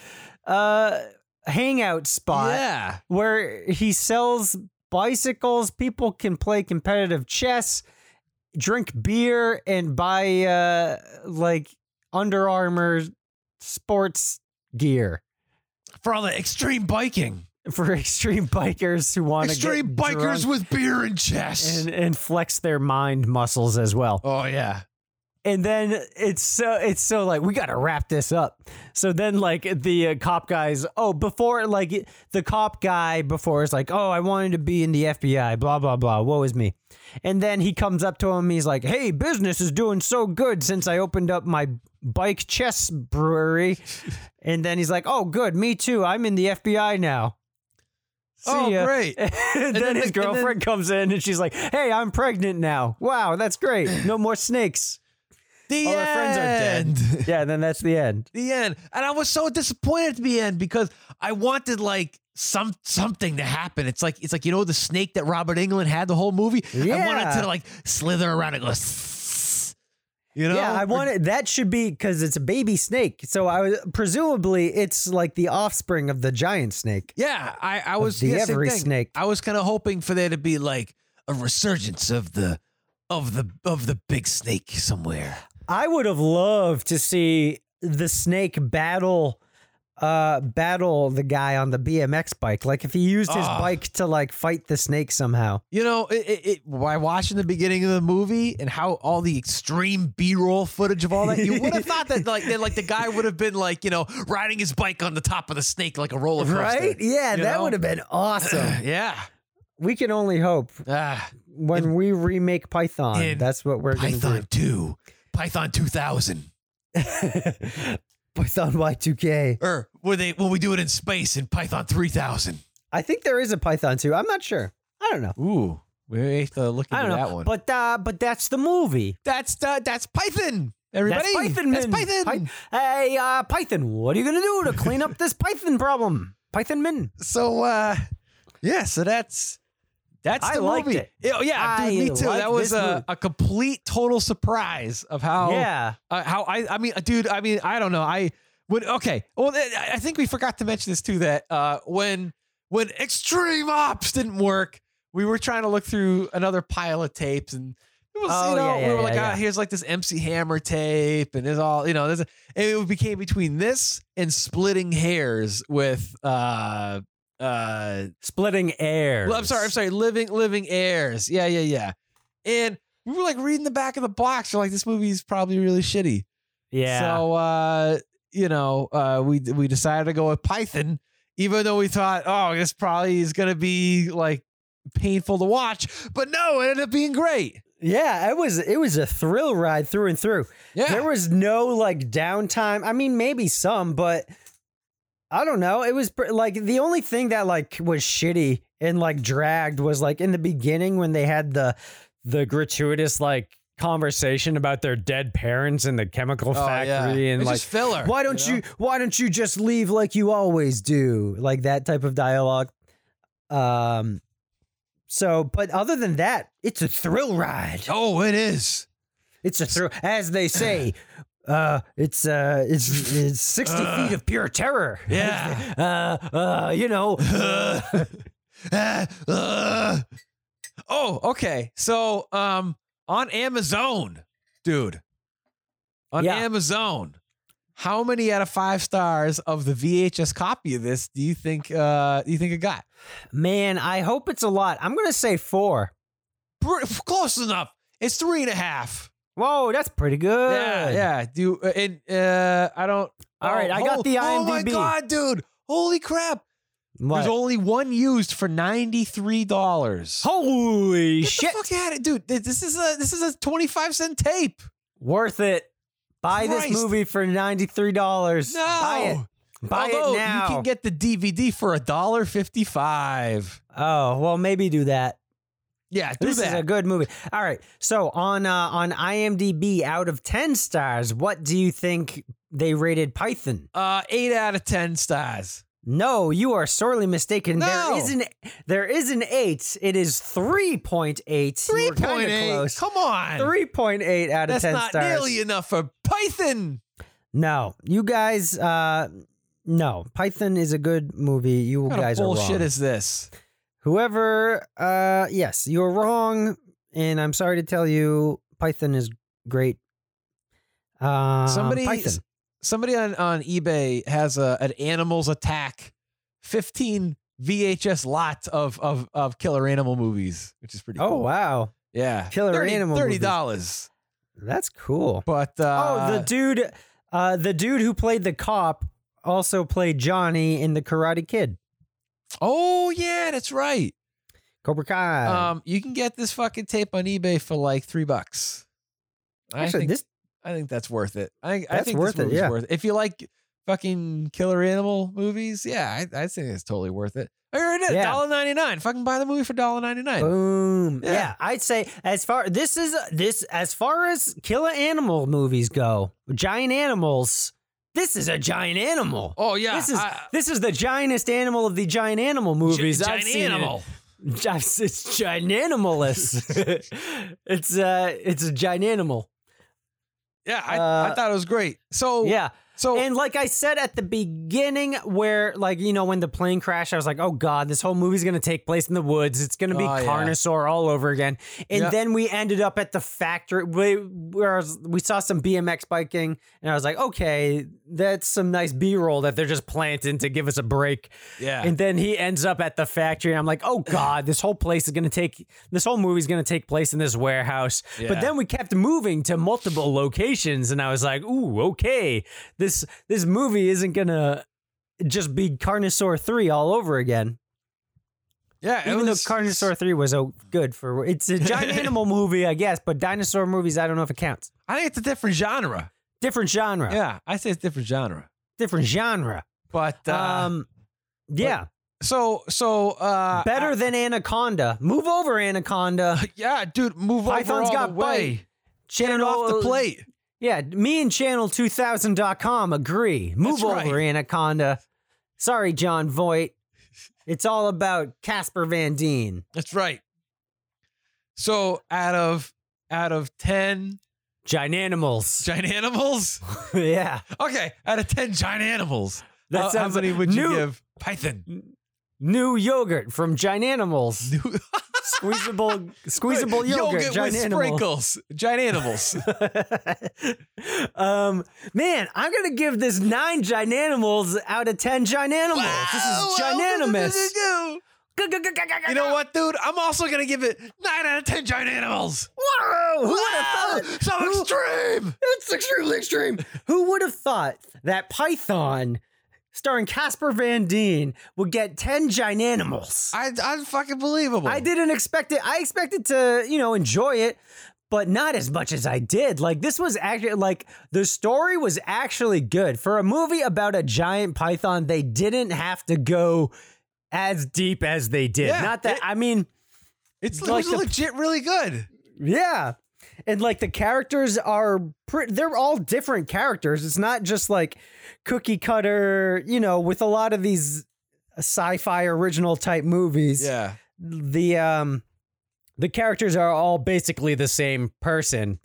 Speaker 5: uh, hangout spot
Speaker 9: yeah,
Speaker 5: where he sells bicycles. People can play competitive chess, drink beer, and buy uh, like Under Armour sports gear
Speaker 9: for all the extreme biking,
Speaker 5: for extreme bikers who want to get
Speaker 9: extreme
Speaker 5: drunk.
Speaker 9: bikers with beer and chess.
Speaker 5: and, and flex their mind muscles as well.
Speaker 9: oh yeah,
Speaker 5: And then it's so it's so like we got to wrap this up. So then like the uh, cop guys, oh before like the cop guy before is like, "Oh, I wanted to be in the FBI, blah blah blah. Woe is me." And then he comes up to him, he's like, "Hey, business is doing so good since I opened up my bike chess brewery." and then he's like, "Oh, good. Me too. I'm in the FBI now." See
Speaker 9: oh
Speaker 5: ya.
Speaker 9: great.
Speaker 5: And then,
Speaker 9: then
Speaker 5: his
Speaker 9: the- and then-
Speaker 5: girlfriend comes in and she's like, "Hey, I'm pregnant now. Wow, that's great. No more snakes.
Speaker 9: The
Speaker 5: All
Speaker 9: end.
Speaker 5: our friends are dead." Yeah, then that's the end.
Speaker 9: the end. And I was so disappointed at the end because I wanted like some something to happen. It's like it's like you know the snake that Robert England had the whole movie. I wanted
Speaker 5: Yeah.
Speaker 9: to like slither around and go. "Sss," You know,
Speaker 5: yeah, I wanted that should be because it's a baby snake. So I was presumably it's like the offspring of the giant snake.
Speaker 9: Yeah, I, I was
Speaker 5: the
Speaker 9: yeah, same
Speaker 5: every
Speaker 9: thing.
Speaker 5: snake.
Speaker 9: I was kind of hoping for there to be like a resurgence of the of the of the big snake somewhere.
Speaker 5: I would have loved to see the snake battle uh battle the guy on the BMX bike. Like if he used his
Speaker 9: Ah.
Speaker 5: bike to like fight the snake somehow.
Speaker 9: You know, it, it, it, by watching the beginning of the movie and how all the extreme B-roll footage of all that, you would have thought that like that, like the guy would have been like you know riding his bike on the top of the snake like a roller coaster,
Speaker 5: Right? Yeah,
Speaker 9: you
Speaker 5: that
Speaker 9: know?
Speaker 5: would have been awesome.
Speaker 9: Yeah,
Speaker 5: we can only hope
Speaker 9: ah,
Speaker 5: when we remake Python,
Speaker 9: in
Speaker 5: that's what we're going to
Speaker 9: Python two, Python two thousand,
Speaker 5: do. Python Y2K.
Speaker 9: or were they when we do it in space in Python three thousand?
Speaker 5: I think there is a Python 2. I'm not sure. I don't know.
Speaker 9: Ooh, we have to look
Speaker 5: I don't know. But uh, but that's the movie.
Speaker 9: that's the, that's Python, everybody.
Speaker 5: That's Python.
Speaker 9: That's
Speaker 5: Min.
Speaker 9: Python.
Speaker 5: Py- hey, uh, Python, what are you going to do to clean up this Python problem? Python Min.
Speaker 9: so uh yeah so that's that's
Speaker 5: I
Speaker 9: the
Speaker 5: liked
Speaker 9: movie
Speaker 5: it.
Speaker 9: Yeah, yeah
Speaker 5: I
Speaker 9: dude, me too
Speaker 5: liked
Speaker 9: that
Speaker 5: this
Speaker 9: was a,
Speaker 5: movie.
Speaker 9: a complete total surprise of
Speaker 5: Oh,
Speaker 9: how
Speaker 5: Yeah.
Speaker 9: uh, how i i mean dude i mean i don't know i would okay well th- i think we forgot to mention this too that uh when when extreme ops didn't work we were trying to look through another pile of tapes and it was,
Speaker 5: Oh,
Speaker 9: you know,
Speaker 5: yeah, yeah,
Speaker 9: we were
Speaker 5: yeah,
Speaker 9: like, ah,
Speaker 5: yeah.
Speaker 9: here's like this MC Hammer tape, and there's all, you know, there's a, and it became between this and splitting hairs with, uh, uh,
Speaker 5: Splitting air.
Speaker 9: well, I'm sorry, I'm sorry, living, living heirs. Yeah, yeah, yeah. And we were like reading the back of the box. We're like, this movie's probably really shitty.
Speaker 5: Yeah.
Speaker 9: So, uh, you know, uh, we we decided to go with Python, even though we thought, oh, this probably is gonna be like painful to watch. But no, it ended up being great.
Speaker 5: yeah, it was it was a thrill ride through and through.
Speaker 9: Yeah.
Speaker 5: There was no like downtime. I mean, maybe some, but I don't know. It was pr- like the only thing that like was shitty and like dragged was like in the beginning when they had the the gratuitous like conversation about their dead parents and the chemical
Speaker 9: Oh, yeah.
Speaker 5: factory and
Speaker 9: It's
Speaker 5: like
Speaker 9: just filler,
Speaker 5: Why don't
Speaker 9: you
Speaker 5: you, why don't you just leave like you always do? Like that type of dialogue. Um so but other than that, it's a thrill ride.
Speaker 9: Oh, it is.
Speaker 5: It's a thrill as they say. Uh, it's uh, it's, it's sixty feet of pure terror.
Speaker 9: Uh. Yeah.
Speaker 5: Uh, uh, you know,
Speaker 9: Uh, uh, uh. Oh, okay. So, um, on Amazon, dude, on
Speaker 5: Yeah.
Speaker 9: Amazon, how many out of five stars of the VHS copy of this do you think? Uh, do you think it got?
Speaker 5: man, I hope it's a lot. I'm gonna say four.
Speaker 9: Pr- Close enough. It's three and a half.
Speaker 5: Whoa, that's pretty good.
Speaker 9: Yeah, yeah. Do you, uh, and uh, I don't.
Speaker 5: All right,
Speaker 9: oh,
Speaker 5: I got
Speaker 9: oh,
Speaker 5: the
Speaker 9: Oh my
Speaker 5: IMDb.
Speaker 9: god, dude! Holy crap!
Speaker 5: What?
Speaker 9: There's only one used for ninety three dollars.
Speaker 5: Holy
Speaker 9: Get
Speaker 5: shit!
Speaker 9: the fuck out of dude. th- This is a this is a twenty five cent tape.
Speaker 5: Worth it. Buy
Speaker 9: Christ.
Speaker 5: this movie for ninety three dollars.
Speaker 9: No,
Speaker 5: buy it. Buy
Speaker 9: Although
Speaker 5: it now.
Speaker 9: you can get the DVD for a dollar fifty five.
Speaker 5: oh well, maybe do that.
Speaker 9: Yeah, do
Speaker 5: This is
Speaker 9: that.
Speaker 5: a good movie. All right. So on uh, on IMDb, out of ten stars, what do you think they rated Python?
Speaker 9: uh, eight out of ten stars.
Speaker 5: No, you are sorely mistaken.
Speaker 9: No.
Speaker 5: There isn't. There is an eight. It is three point eight.
Speaker 9: Three point eight. Come on,
Speaker 5: Three point eight out of
Speaker 9: That's
Speaker 5: ten
Speaker 9: not
Speaker 5: stars.
Speaker 9: nearly enough for Python.
Speaker 5: No, you guys. Uh, no, Python is a good movie. You
Speaker 9: What kind
Speaker 5: guys
Speaker 9: of bullshit
Speaker 5: are wrong.
Speaker 9: is this?
Speaker 5: Whoever. Uh, yes, you're wrong, and I'm sorry to tell you, Python is great. Um,
Speaker 9: Somebody-
Speaker 5: Python.
Speaker 9: somebody on, on eBay has a an animals attack 15 VHS lot of of of killer animal movies, which is pretty
Speaker 5: Oh
Speaker 9: cool.
Speaker 5: wow,
Speaker 9: Yeah.
Speaker 5: Killer animal
Speaker 9: $30.
Speaker 5: that's cool.
Speaker 9: But uh
Speaker 5: oh, the dude, uh, the dude who played the cop also played Johnny in the Karate Kid,
Speaker 9: Oh yeah, that's right.
Speaker 5: Cobra Kai.
Speaker 9: Um you can get this fucking tape on eBay for like 3 bucks. I
Speaker 5: Actually,
Speaker 9: think
Speaker 5: this
Speaker 9: I think that's worth it. I think I
Speaker 5: That's
Speaker 9: think
Speaker 5: worth
Speaker 9: this
Speaker 5: it,
Speaker 9: movie's
Speaker 5: yeah.
Speaker 9: worth it. If you like fucking killer animal movies, yeah, I, I think it's totally worth it. I heard it.
Speaker 5: Yeah.
Speaker 9: $1.99. Fucking buy the movie for $1.99.
Speaker 5: boom.
Speaker 9: Yeah.
Speaker 5: Yeah. I'd say as far this is this as far as killer animal movies go, giant animals. This is a giant animal.
Speaker 9: Oh yeah,
Speaker 5: This is
Speaker 9: I-
Speaker 5: this is the giantest animal of the giant animal movies.
Speaker 9: Gi-
Speaker 5: I've
Speaker 9: giant
Speaker 5: seen in-
Speaker 9: animal.
Speaker 5: It's, it's ginanimalous. it's uh, it's a ginanimal.
Speaker 9: Yeah, I, I
Speaker 5: Uh,
Speaker 9: thought it was great. So
Speaker 5: Yeah.
Speaker 9: so
Speaker 5: And like I said at the beginning, where like you know when the plane crashed, I was like, "Oh God, this whole movie's gonna take place in the woods. It's gonna be
Speaker 9: Oh, yeah.
Speaker 5: Carnosaur all over again." And
Speaker 9: Yeah.
Speaker 5: then we ended up at the factory we- where I was- we saw some BMX biking, and I was like, "Okay, that's some nice B roll that they're just planting to give us a break."
Speaker 9: yeah,
Speaker 5: And then he ends up at the factory, and I'm like, "Oh God, this whole place is gonna take this whole movie's gonna take place in this warehouse."
Speaker 9: Yeah.
Speaker 5: But then we kept moving to multiple locations, and I was like, "Ooh, okay, this this movie isn't gonna just be Carnosaur three all over again."
Speaker 9: yeah, it
Speaker 5: Even
Speaker 9: was-
Speaker 5: though Carnosaur three was oh, good for it's a giant animal movie, I guess, but dinosaur movies, I don't know if it counts.
Speaker 9: I think it's a different genre.
Speaker 5: Different genre,
Speaker 9: Yeah, I say it's different genre.
Speaker 5: different genre.
Speaker 9: But uh,
Speaker 5: um, yeah,
Speaker 9: so so uh,
Speaker 5: better than Anaconda. Move over, Anaconda.
Speaker 9: I- yeah, dude, move over
Speaker 5: Python's
Speaker 9: all
Speaker 5: got
Speaker 9: the way. Get it
Speaker 5: Channel
Speaker 9: off the plate.
Speaker 5: Yeah, me and channel2000.com agree. Move
Speaker 9: That's right.
Speaker 5: over, Anaconda. Sorry, John Voight. It's all about Casper Van Dien.
Speaker 9: That's right. So out of out of ten
Speaker 5: Giant animals.
Speaker 9: giant animals,
Speaker 5: yeah.
Speaker 9: okay, out of ten giant animals,
Speaker 5: That
Speaker 9: how, how
Speaker 5: sounds-
Speaker 9: many would you
Speaker 5: New-
Speaker 9: give Python?
Speaker 5: New yogurt from Giant Animals.
Speaker 9: New-
Speaker 5: Squeezable squeezable yogurt,
Speaker 9: yogurt
Speaker 5: Giant
Speaker 9: with
Speaker 5: Animal.
Speaker 9: sprinkles, giant animals.
Speaker 5: um man, I'm gonna give this nine giant animals out of ten giant animals. This
Speaker 9: Wow,
Speaker 5: is giant
Speaker 9: You know what, dude? I'm also gonna give it nine out of ten giant animals.
Speaker 5: Whoa! Who would
Speaker 9: Wow,
Speaker 5: have thought?
Speaker 9: so extreme.
Speaker 5: That's extremely extreme. Who would have thought that Python, starring Casper Van Dien, would get 10 giant animals?
Speaker 9: I, I'm fucking believable.
Speaker 5: I didn't expect it. I expected to, you know, enjoy it, but not as much as I did. Like, this was actually, like, the story was actually good. For a movie about a giant python, they didn't have to go as deep as they did.
Speaker 9: Yeah,
Speaker 5: not that,
Speaker 9: it-
Speaker 5: I mean,
Speaker 9: It's
Speaker 5: like
Speaker 9: it was
Speaker 5: the-
Speaker 9: legit really good.
Speaker 5: yeah. and like the characters are pre- they're all different characters. It's not just like cookie cutter, you know, with a lot of these sci-fi original type movies.
Speaker 9: Yeah.
Speaker 5: The um the characters are all basically the same person.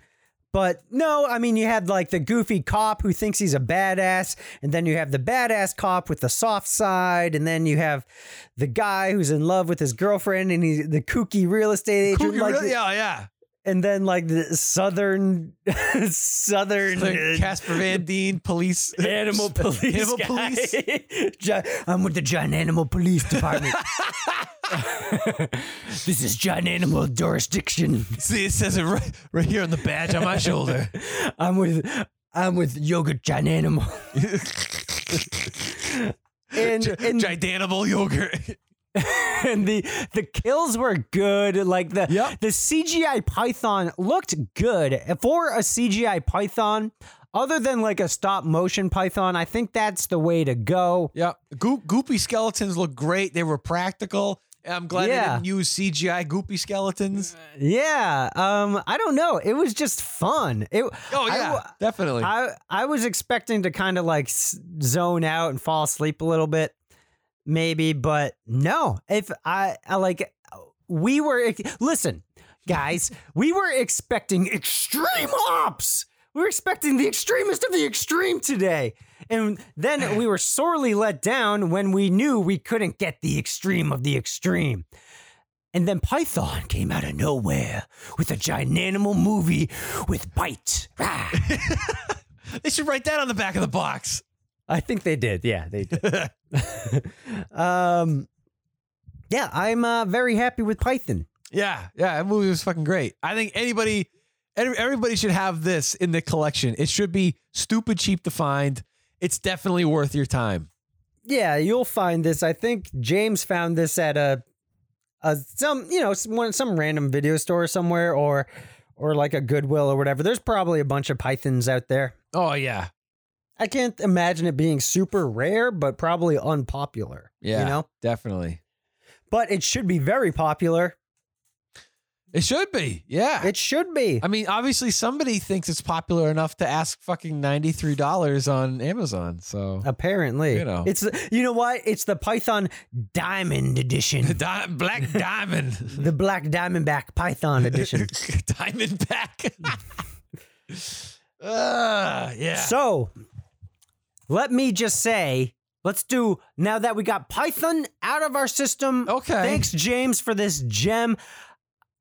Speaker 5: But no, I mean you had like the goofy cop who thinks he's a badass, and then you have the badass cop with the soft side, and then you have the guy who's in love with his girlfriend, and he's the kooky real estate agent.
Speaker 9: Cookie
Speaker 5: like,
Speaker 9: really- yeah, yeah.
Speaker 5: and then like the southern southern
Speaker 9: The
Speaker 5: uh,
Speaker 9: Casper Van Dien police
Speaker 5: animal police
Speaker 9: Animal
Speaker 5: guy.
Speaker 9: police.
Speaker 5: Gi- i'm with the john animal police department this is john animal jurisdiction
Speaker 9: See, it says it right, right here on the badge on my shoulder.
Speaker 5: i'm with i'm with yoga john animal and, and,
Speaker 9: Gigantimal yogurt.
Speaker 5: and the the kills were good like the
Speaker 9: Yep.
Speaker 5: the cgi python looked good for a cgi python other than like a stop motion python i think that's the way to go
Speaker 9: Yeah, Goop, goopy skeletons look great. They were practical. I'm glad
Speaker 5: Yeah.
Speaker 9: they didn't use CGI goopy skeletons.
Speaker 5: Yeah. Um. I don't know. It was just fun. It.
Speaker 9: Oh
Speaker 5: I
Speaker 9: yeah,
Speaker 5: w-
Speaker 9: definitely.
Speaker 5: I I was expecting to kind of like s- zone out and fall asleep a little bit, maybe, but no. If I, I like, we were ex- listen, guys, we were expecting extreme ops. We were expecting the extremist of the extreme today, and then we were sorely let down when we knew we couldn't get the extreme of the extreme. And then Python came out of nowhere with a giant animal movie with bite. Rah.
Speaker 9: they should write that on the back of the box.
Speaker 5: I think they did. Yeah, they did. um, yeah, I'm uh, very happy with Python.
Speaker 9: Yeah, yeah, that movie was fucking great. I think anybody, every- everybody should have this in the collection. It should be stupid cheap to find. It's definitely worth your time.
Speaker 5: Yeah, you'll find this. I think James found this at a, a some you know some, one- some random video store somewhere or or like a Goodwill or whatever. There's probably a bunch of Pythons out there.
Speaker 9: Oh yeah,
Speaker 5: I can't imagine it being super rare, but probably unpopular.
Speaker 9: Yeah.
Speaker 5: you know.
Speaker 9: definitely.
Speaker 5: But it should be very popular.
Speaker 9: It should be. Yeah.
Speaker 5: It should be.
Speaker 9: I mean, obviously, somebody thinks it's popular enough to ask fucking ninety three dollars on Amazon. So
Speaker 5: Uh, Apparently,
Speaker 9: You know.
Speaker 5: it's the- you know what? It's the Python Diamond Edition.
Speaker 9: Di- Black Diamond,
Speaker 5: the black diamondback python edition.
Speaker 9: Diamond Pack. uh, yeah.
Speaker 5: so, let me just say, let's do now that we got python out of our system.
Speaker 9: Okay.
Speaker 5: Thanks James for this gem.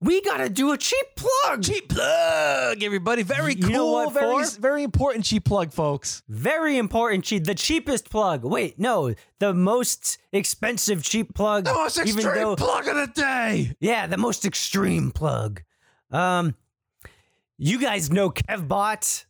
Speaker 5: We got to do a cheap plug.
Speaker 9: cheap plug, everybody. Very
Speaker 5: You
Speaker 9: cool.
Speaker 5: know what
Speaker 9: very,
Speaker 5: for?
Speaker 9: very important cheap plug, folks.
Speaker 5: Very important cheap the cheapest plug. Wait, no, the most expensive cheap plug. even though
Speaker 9: plug of the day.
Speaker 5: Yeah, the most extreme plug. Um, you guys know Kevbot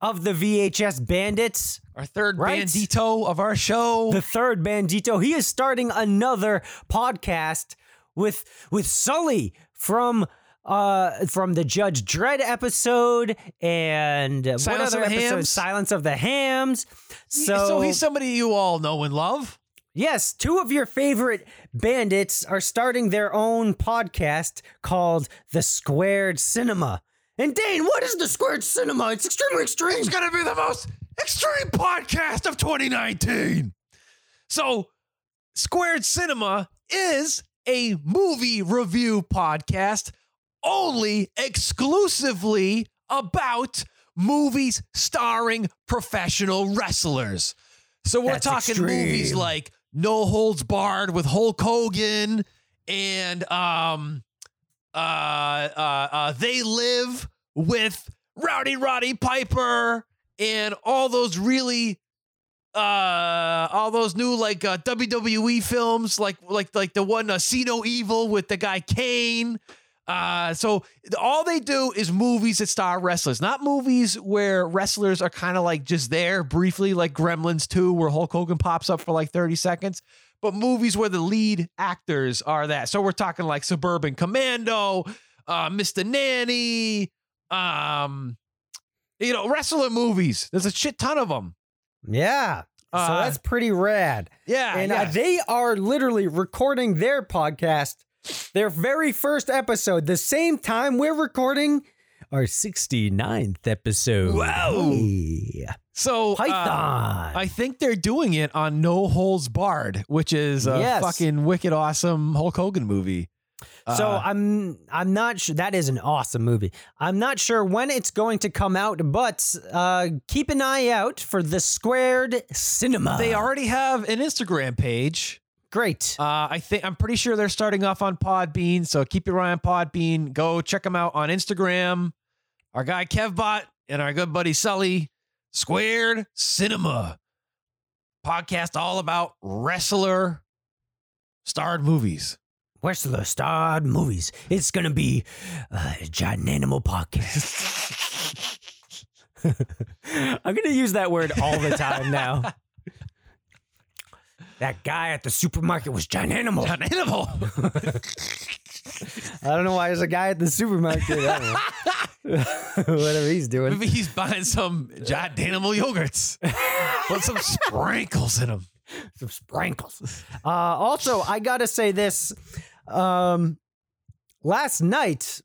Speaker 5: of the VHS Bandits,
Speaker 9: Our third
Speaker 5: Right?
Speaker 9: bandito of our show.
Speaker 5: the third bandito. He is starting another podcast with with Sully from uh from the Judge Dredd episode and uh, what
Speaker 9: Silence
Speaker 5: other
Speaker 9: of the
Speaker 5: episode?
Speaker 9: Hams?
Speaker 5: Silence of the Hams. So,
Speaker 9: he's somebody you all know and love.
Speaker 5: Yes, two of your favorite bandits are starting their own podcast called The Squared Cinema. And Dane, what is The Squared Cinema? It's extremely extreme.
Speaker 9: It's gonna be the most extreme podcast of 2019. So, Squared Cinema is a movie review podcast only exclusively about movies starring professional wrestlers. So we're
Speaker 5: That's
Speaker 9: talking movies
Speaker 5: extreme.
Speaker 9: like No Holds Barred with Hulk Hogan and um uh uh, uh They Live with Rowdy Roddy Piper and all those really uh all those new like uh, WWE films like like like the one uh, See No Evil with the guy Kane uh so all they do is movies that star wrestlers not movies where wrestlers are kind of like just there briefly like Gremlins 2 where Hulk Hogan pops up for like 30 seconds but movies where the lead actors are that so we're talking like Suburban Commando uh Mr. Nanny um you know wrestler movies there's a shit ton of them
Speaker 5: Yeah. so
Speaker 9: Uh, ah,
Speaker 5: that's pretty rad.
Speaker 9: yeah,
Speaker 5: and
Speaker 9: yeah.
Speaker 5: uh, they are literally recording their podcast, their very first episode, the same time we're recording our 69th episode.
Speaker 9: Wow.
Speaker 5: Hey.
Speaker 9: So uh,
Speaker 5: Python.
Speaker 9: I think they're doing it on No Holes Barred, which is a
Speaker 5: Yes.
Speaker 9: fucking wicked awesome Hulk Hogan movie.
Speaker 5: so
Speaker 9: Uh,
Speaker 5: I'm I'm not sure that is an awesome movie. I'm not sure when it's going to come out, but uh, keep an eye out for the Squared Cinema.
Speaker 9: they already have an Instagram page.
Speaker 5: great.
Speaker 9: Uh, I think I'm pretty sure they're starting off on Podbean, so keep your eye on Podbean. Go check them out on Instagram. Our guy Kevbot and our good buddy Sully Squared Cinema podcast, all about wrestler starred movies.
Speaker 5: Wrestler starred movies. It's gonna be uh, a giant animal podcast. I'm gonna use that word all the time now. that guy at the supermarket was giant animal.
Speaker 9: An animal.
Speaker 5: I don't know why there's a guy at the supermarket. I don't know. Whatever he's doing.
Speaker 9: Maybe he's buying some giant animal yogurts. Put some sprinkles in them.
Speaker 5: some sprinkles. Uh, also, I gotta say this. Um, last night,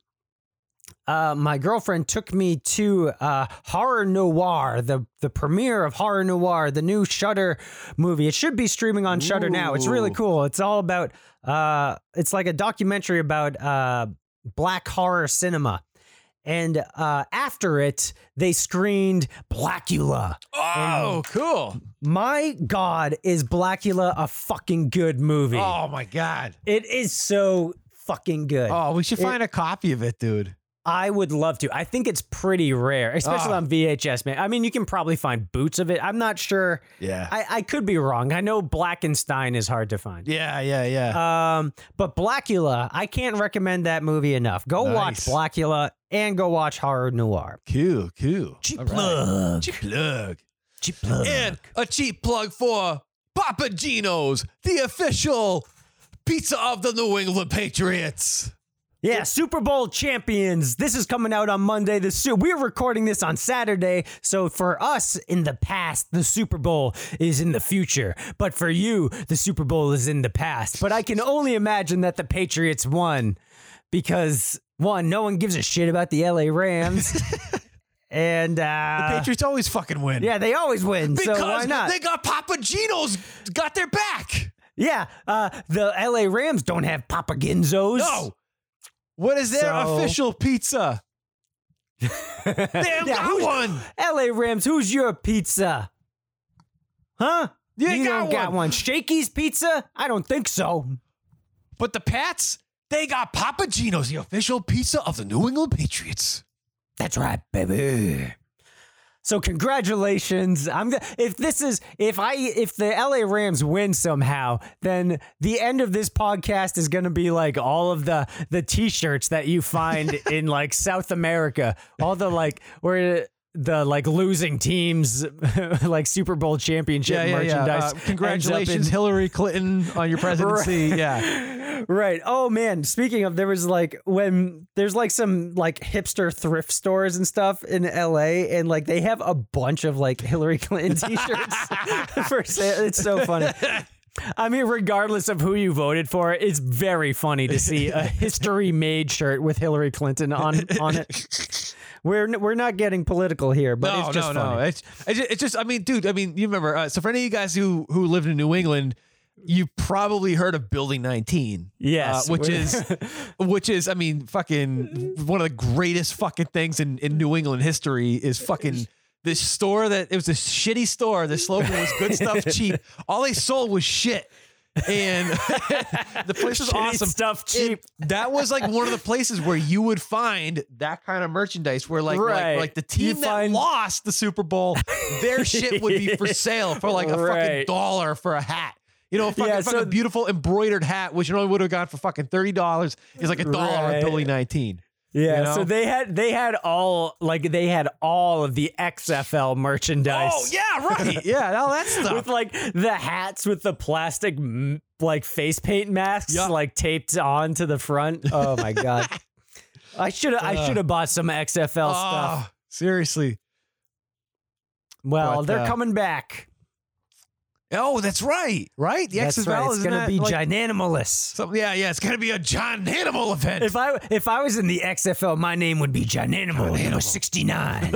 Speaker 5: uh, my girlfriend took me to uh, Horror Noir, the the premiere of Horror Noir, the new Shutter movie. It should be streaming on Shutter now. It's really
Speaker 9: Ooh.
Speaker 5: cool. It's all about. Uh, it's like a documentary about uh, black horror cinema. And uh, after it, they screened Blackula.
Speaker 9: Oh,
Speaker 5: Um,
Speaker 9: cool.
Speaker 5: My God, is Blackula a fucking good movie?
Speaker 9: Oh, my God.
Speaker 5: It is so fucking good.
Speaker 9: Oh, we should find a copy of it, dude.
Speaker 5: I would love to. I think it's pretty rare, especially
Speaker 9: Ah.
Speaker 5: on VHS, man. I mean, you can probably find boots of it. I'm not sure.
Speaker 9: Yeah.
Speaker 5: I, I could be wrong. I know Blackenstein is hard to find.
Speaker 9: Yeah, yeah, yeah.
Speaker 5: Um, but Blackula, I can't recommend that movie enough. Go
Speaker 9: Nice.
Speaker 5: watch Blackula and go watch Horror Noir.
Speaker 9: cool, cool.
Speaker 5: Cheap
Speaker 9: All right.
Speaker 5: plug.
Speaker 9: Cheap plug.
Speaker 5: Cheap plug.
Speaker 9: And a cheap plug for Papa Gino's, the official pizza of the New England Patriots.
Speaker 5: Yeah, Super Bowl champions. This is coming out on Monday. The Su- we're recording this on Saturday, so for us in the past, the Super Bowl is in the future. But for you, the Super Bowl is in the past. But I can only imagine that the Patriots won because one, no one gives a shit about the LA Rams, and uh,
Speaker 9: Patriots always fucking win.
Speaker 5: yeah, they always win.
Speaker 9: Because
Speaker 5: so why not?
Speaker 9: they got Papa Gino's got their back.
Speaker 5: yeah, uh, the LA Rams don't have Papaginzos.
Speaker 9: No. What is their
Speaker 5: So-
Speaker 9: official pizza? they have
Speaker 5: Yeah,
Speaker 9: got
Speaker 5: who's-
Speaker 9: one.
Speaker 5: LA Rams, who's your pizza? Huh?
Speaker 9: You ain't
Speaker 5: don't
Speaker 9: got
Speaker 5: got
Speaker 9: one.
Speaker 5: one. Shakey's pizza? I don't think so.
Speaker 9: But the Pats, they got Papa Gino's, the official pizza of the New England Patriots.
Speaker 5: That's right, baby. So congratulations. I'm go- if this is if I if the LA Rams win somehow, then the end of this podcast is going to be like all of the the t-shirts that you find in like South America, all the like where the like losing teams like Super Bowl championship merchandise. ends up in-
Speaker 9: Uh, congratulations, Hillary Clinton, on your presidency. Yeah.
Speaker 5: Right. Oh man, speaking of there was like when there's like some like hipster thrift stores and stuff in LA and like they have a bunch of like Hillary Clinton t-shirts for sale. It's so funny. I mean, regardless of who you voted for, it's very funny to see a history made shirt with Hillary Clinton on on it. We're n- we're not getting political here, but
Speaker 9: no,
Speaker 5: it's just
Speaker 9: no,
Speaker 5: funny.
Speaker 9: no. It's, it's just, it's just, I mean, dude, I mean, you remember. Uh, so for any of you guys who who lived in New England, you probably heard of Building 19.
Speaker 5: Yes,
Speaker 9: uh, which
Speaker 5: we-
Speaker 9: is, which is, I mean, fucking one of the greatest fucking things in in New England history is fucking. This store that it was this shitty store. The slogan was "Good stuff cheap." All they sold was shit, and the place was
Speaker 5: Shitty
Speaker 9: awesome.
Speaker 5: stuff cheap.
Speaker 9: It- that was like one of the places where you would find that kind of merchandise. Where like
Speaker 5: Right.
Speaker 9: like, like the
Speaker 5: You
Speaker 9: team that
Speaker 5: find-
Speaker 9: lost the Super Bowl, their shit would be for sale for like a fucking
Speaker 5: Right.
Speaker 9: dollar for a hat. You know, a fucking,
Speaker 5: Yeah,
Speaker 9: fucking
Speaker 5: so-
Speaker 9: beautiful embroidered hat, which you only would have got for fucking thirty dollars, is like a dollar
Speaker 5: Right.
Speaker 9: at Billy nineteen.
Speaker 5: Yeah,
Speaker 9: You know?
Speaker 5: so they had they had all like they had all of the XFL merchandise.
Speaker 9: Oh yeah, right. Yeah, all that
Speaker 5: with
Speaker 9: stuff.
Speaker 5: like the hats with the plastic m- like face paint masks
Speaker 9: Yeah.
Speaker 5: like taped on to the front. Oh my god. I should have I should have bought some XFL stuff.
Speaker 9: Oh, seriously.
Speaker 5: Well,
Speaker 9: but,
Speaker 5: they're
Speaker 9: uh,
Speaker 5: coming back.
Speaker 9: Oh, that's right. Right? The X
Speaker 5: That's
Speaker 9: is
Speaker 5: right.
Speaker 9: valid.
Speaker 5: It's
Speaker 9: isn't
Speaker 5: gonna
Speaker 9: that
Speaker 5: be
Speaker 9: like
Speaker 5: Gynanimalous.
Speaker 9: something- yeah, yeah. It's gonna be a John Animal event.
Speaker 5: If I if I was in the XFL, my name would be Gynanimal. You know, sixty nine.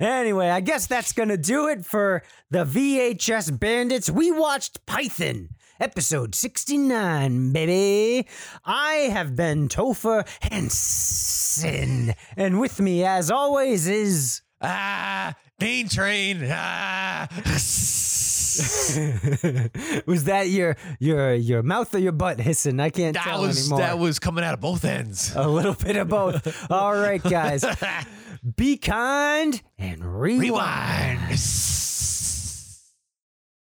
Speaker 5: Anyway, I guess that's going to do it for the VHS Bandits. We watched Python, episode 69, baby. I have been Topher Hansen. And with me, as always, is.
Speaker 9: ah, Main Train. Ah. that
Speaker 5: was that your your your mouth or your butt hissing? I can't tell
Speaker 9: was
Speaker 5: anymore.
Speaker 9: that was coming out of both ends.
Speaker 5: A little bit of both. All right, guys. Be kind and rewind.
Speaker 9: Rewind.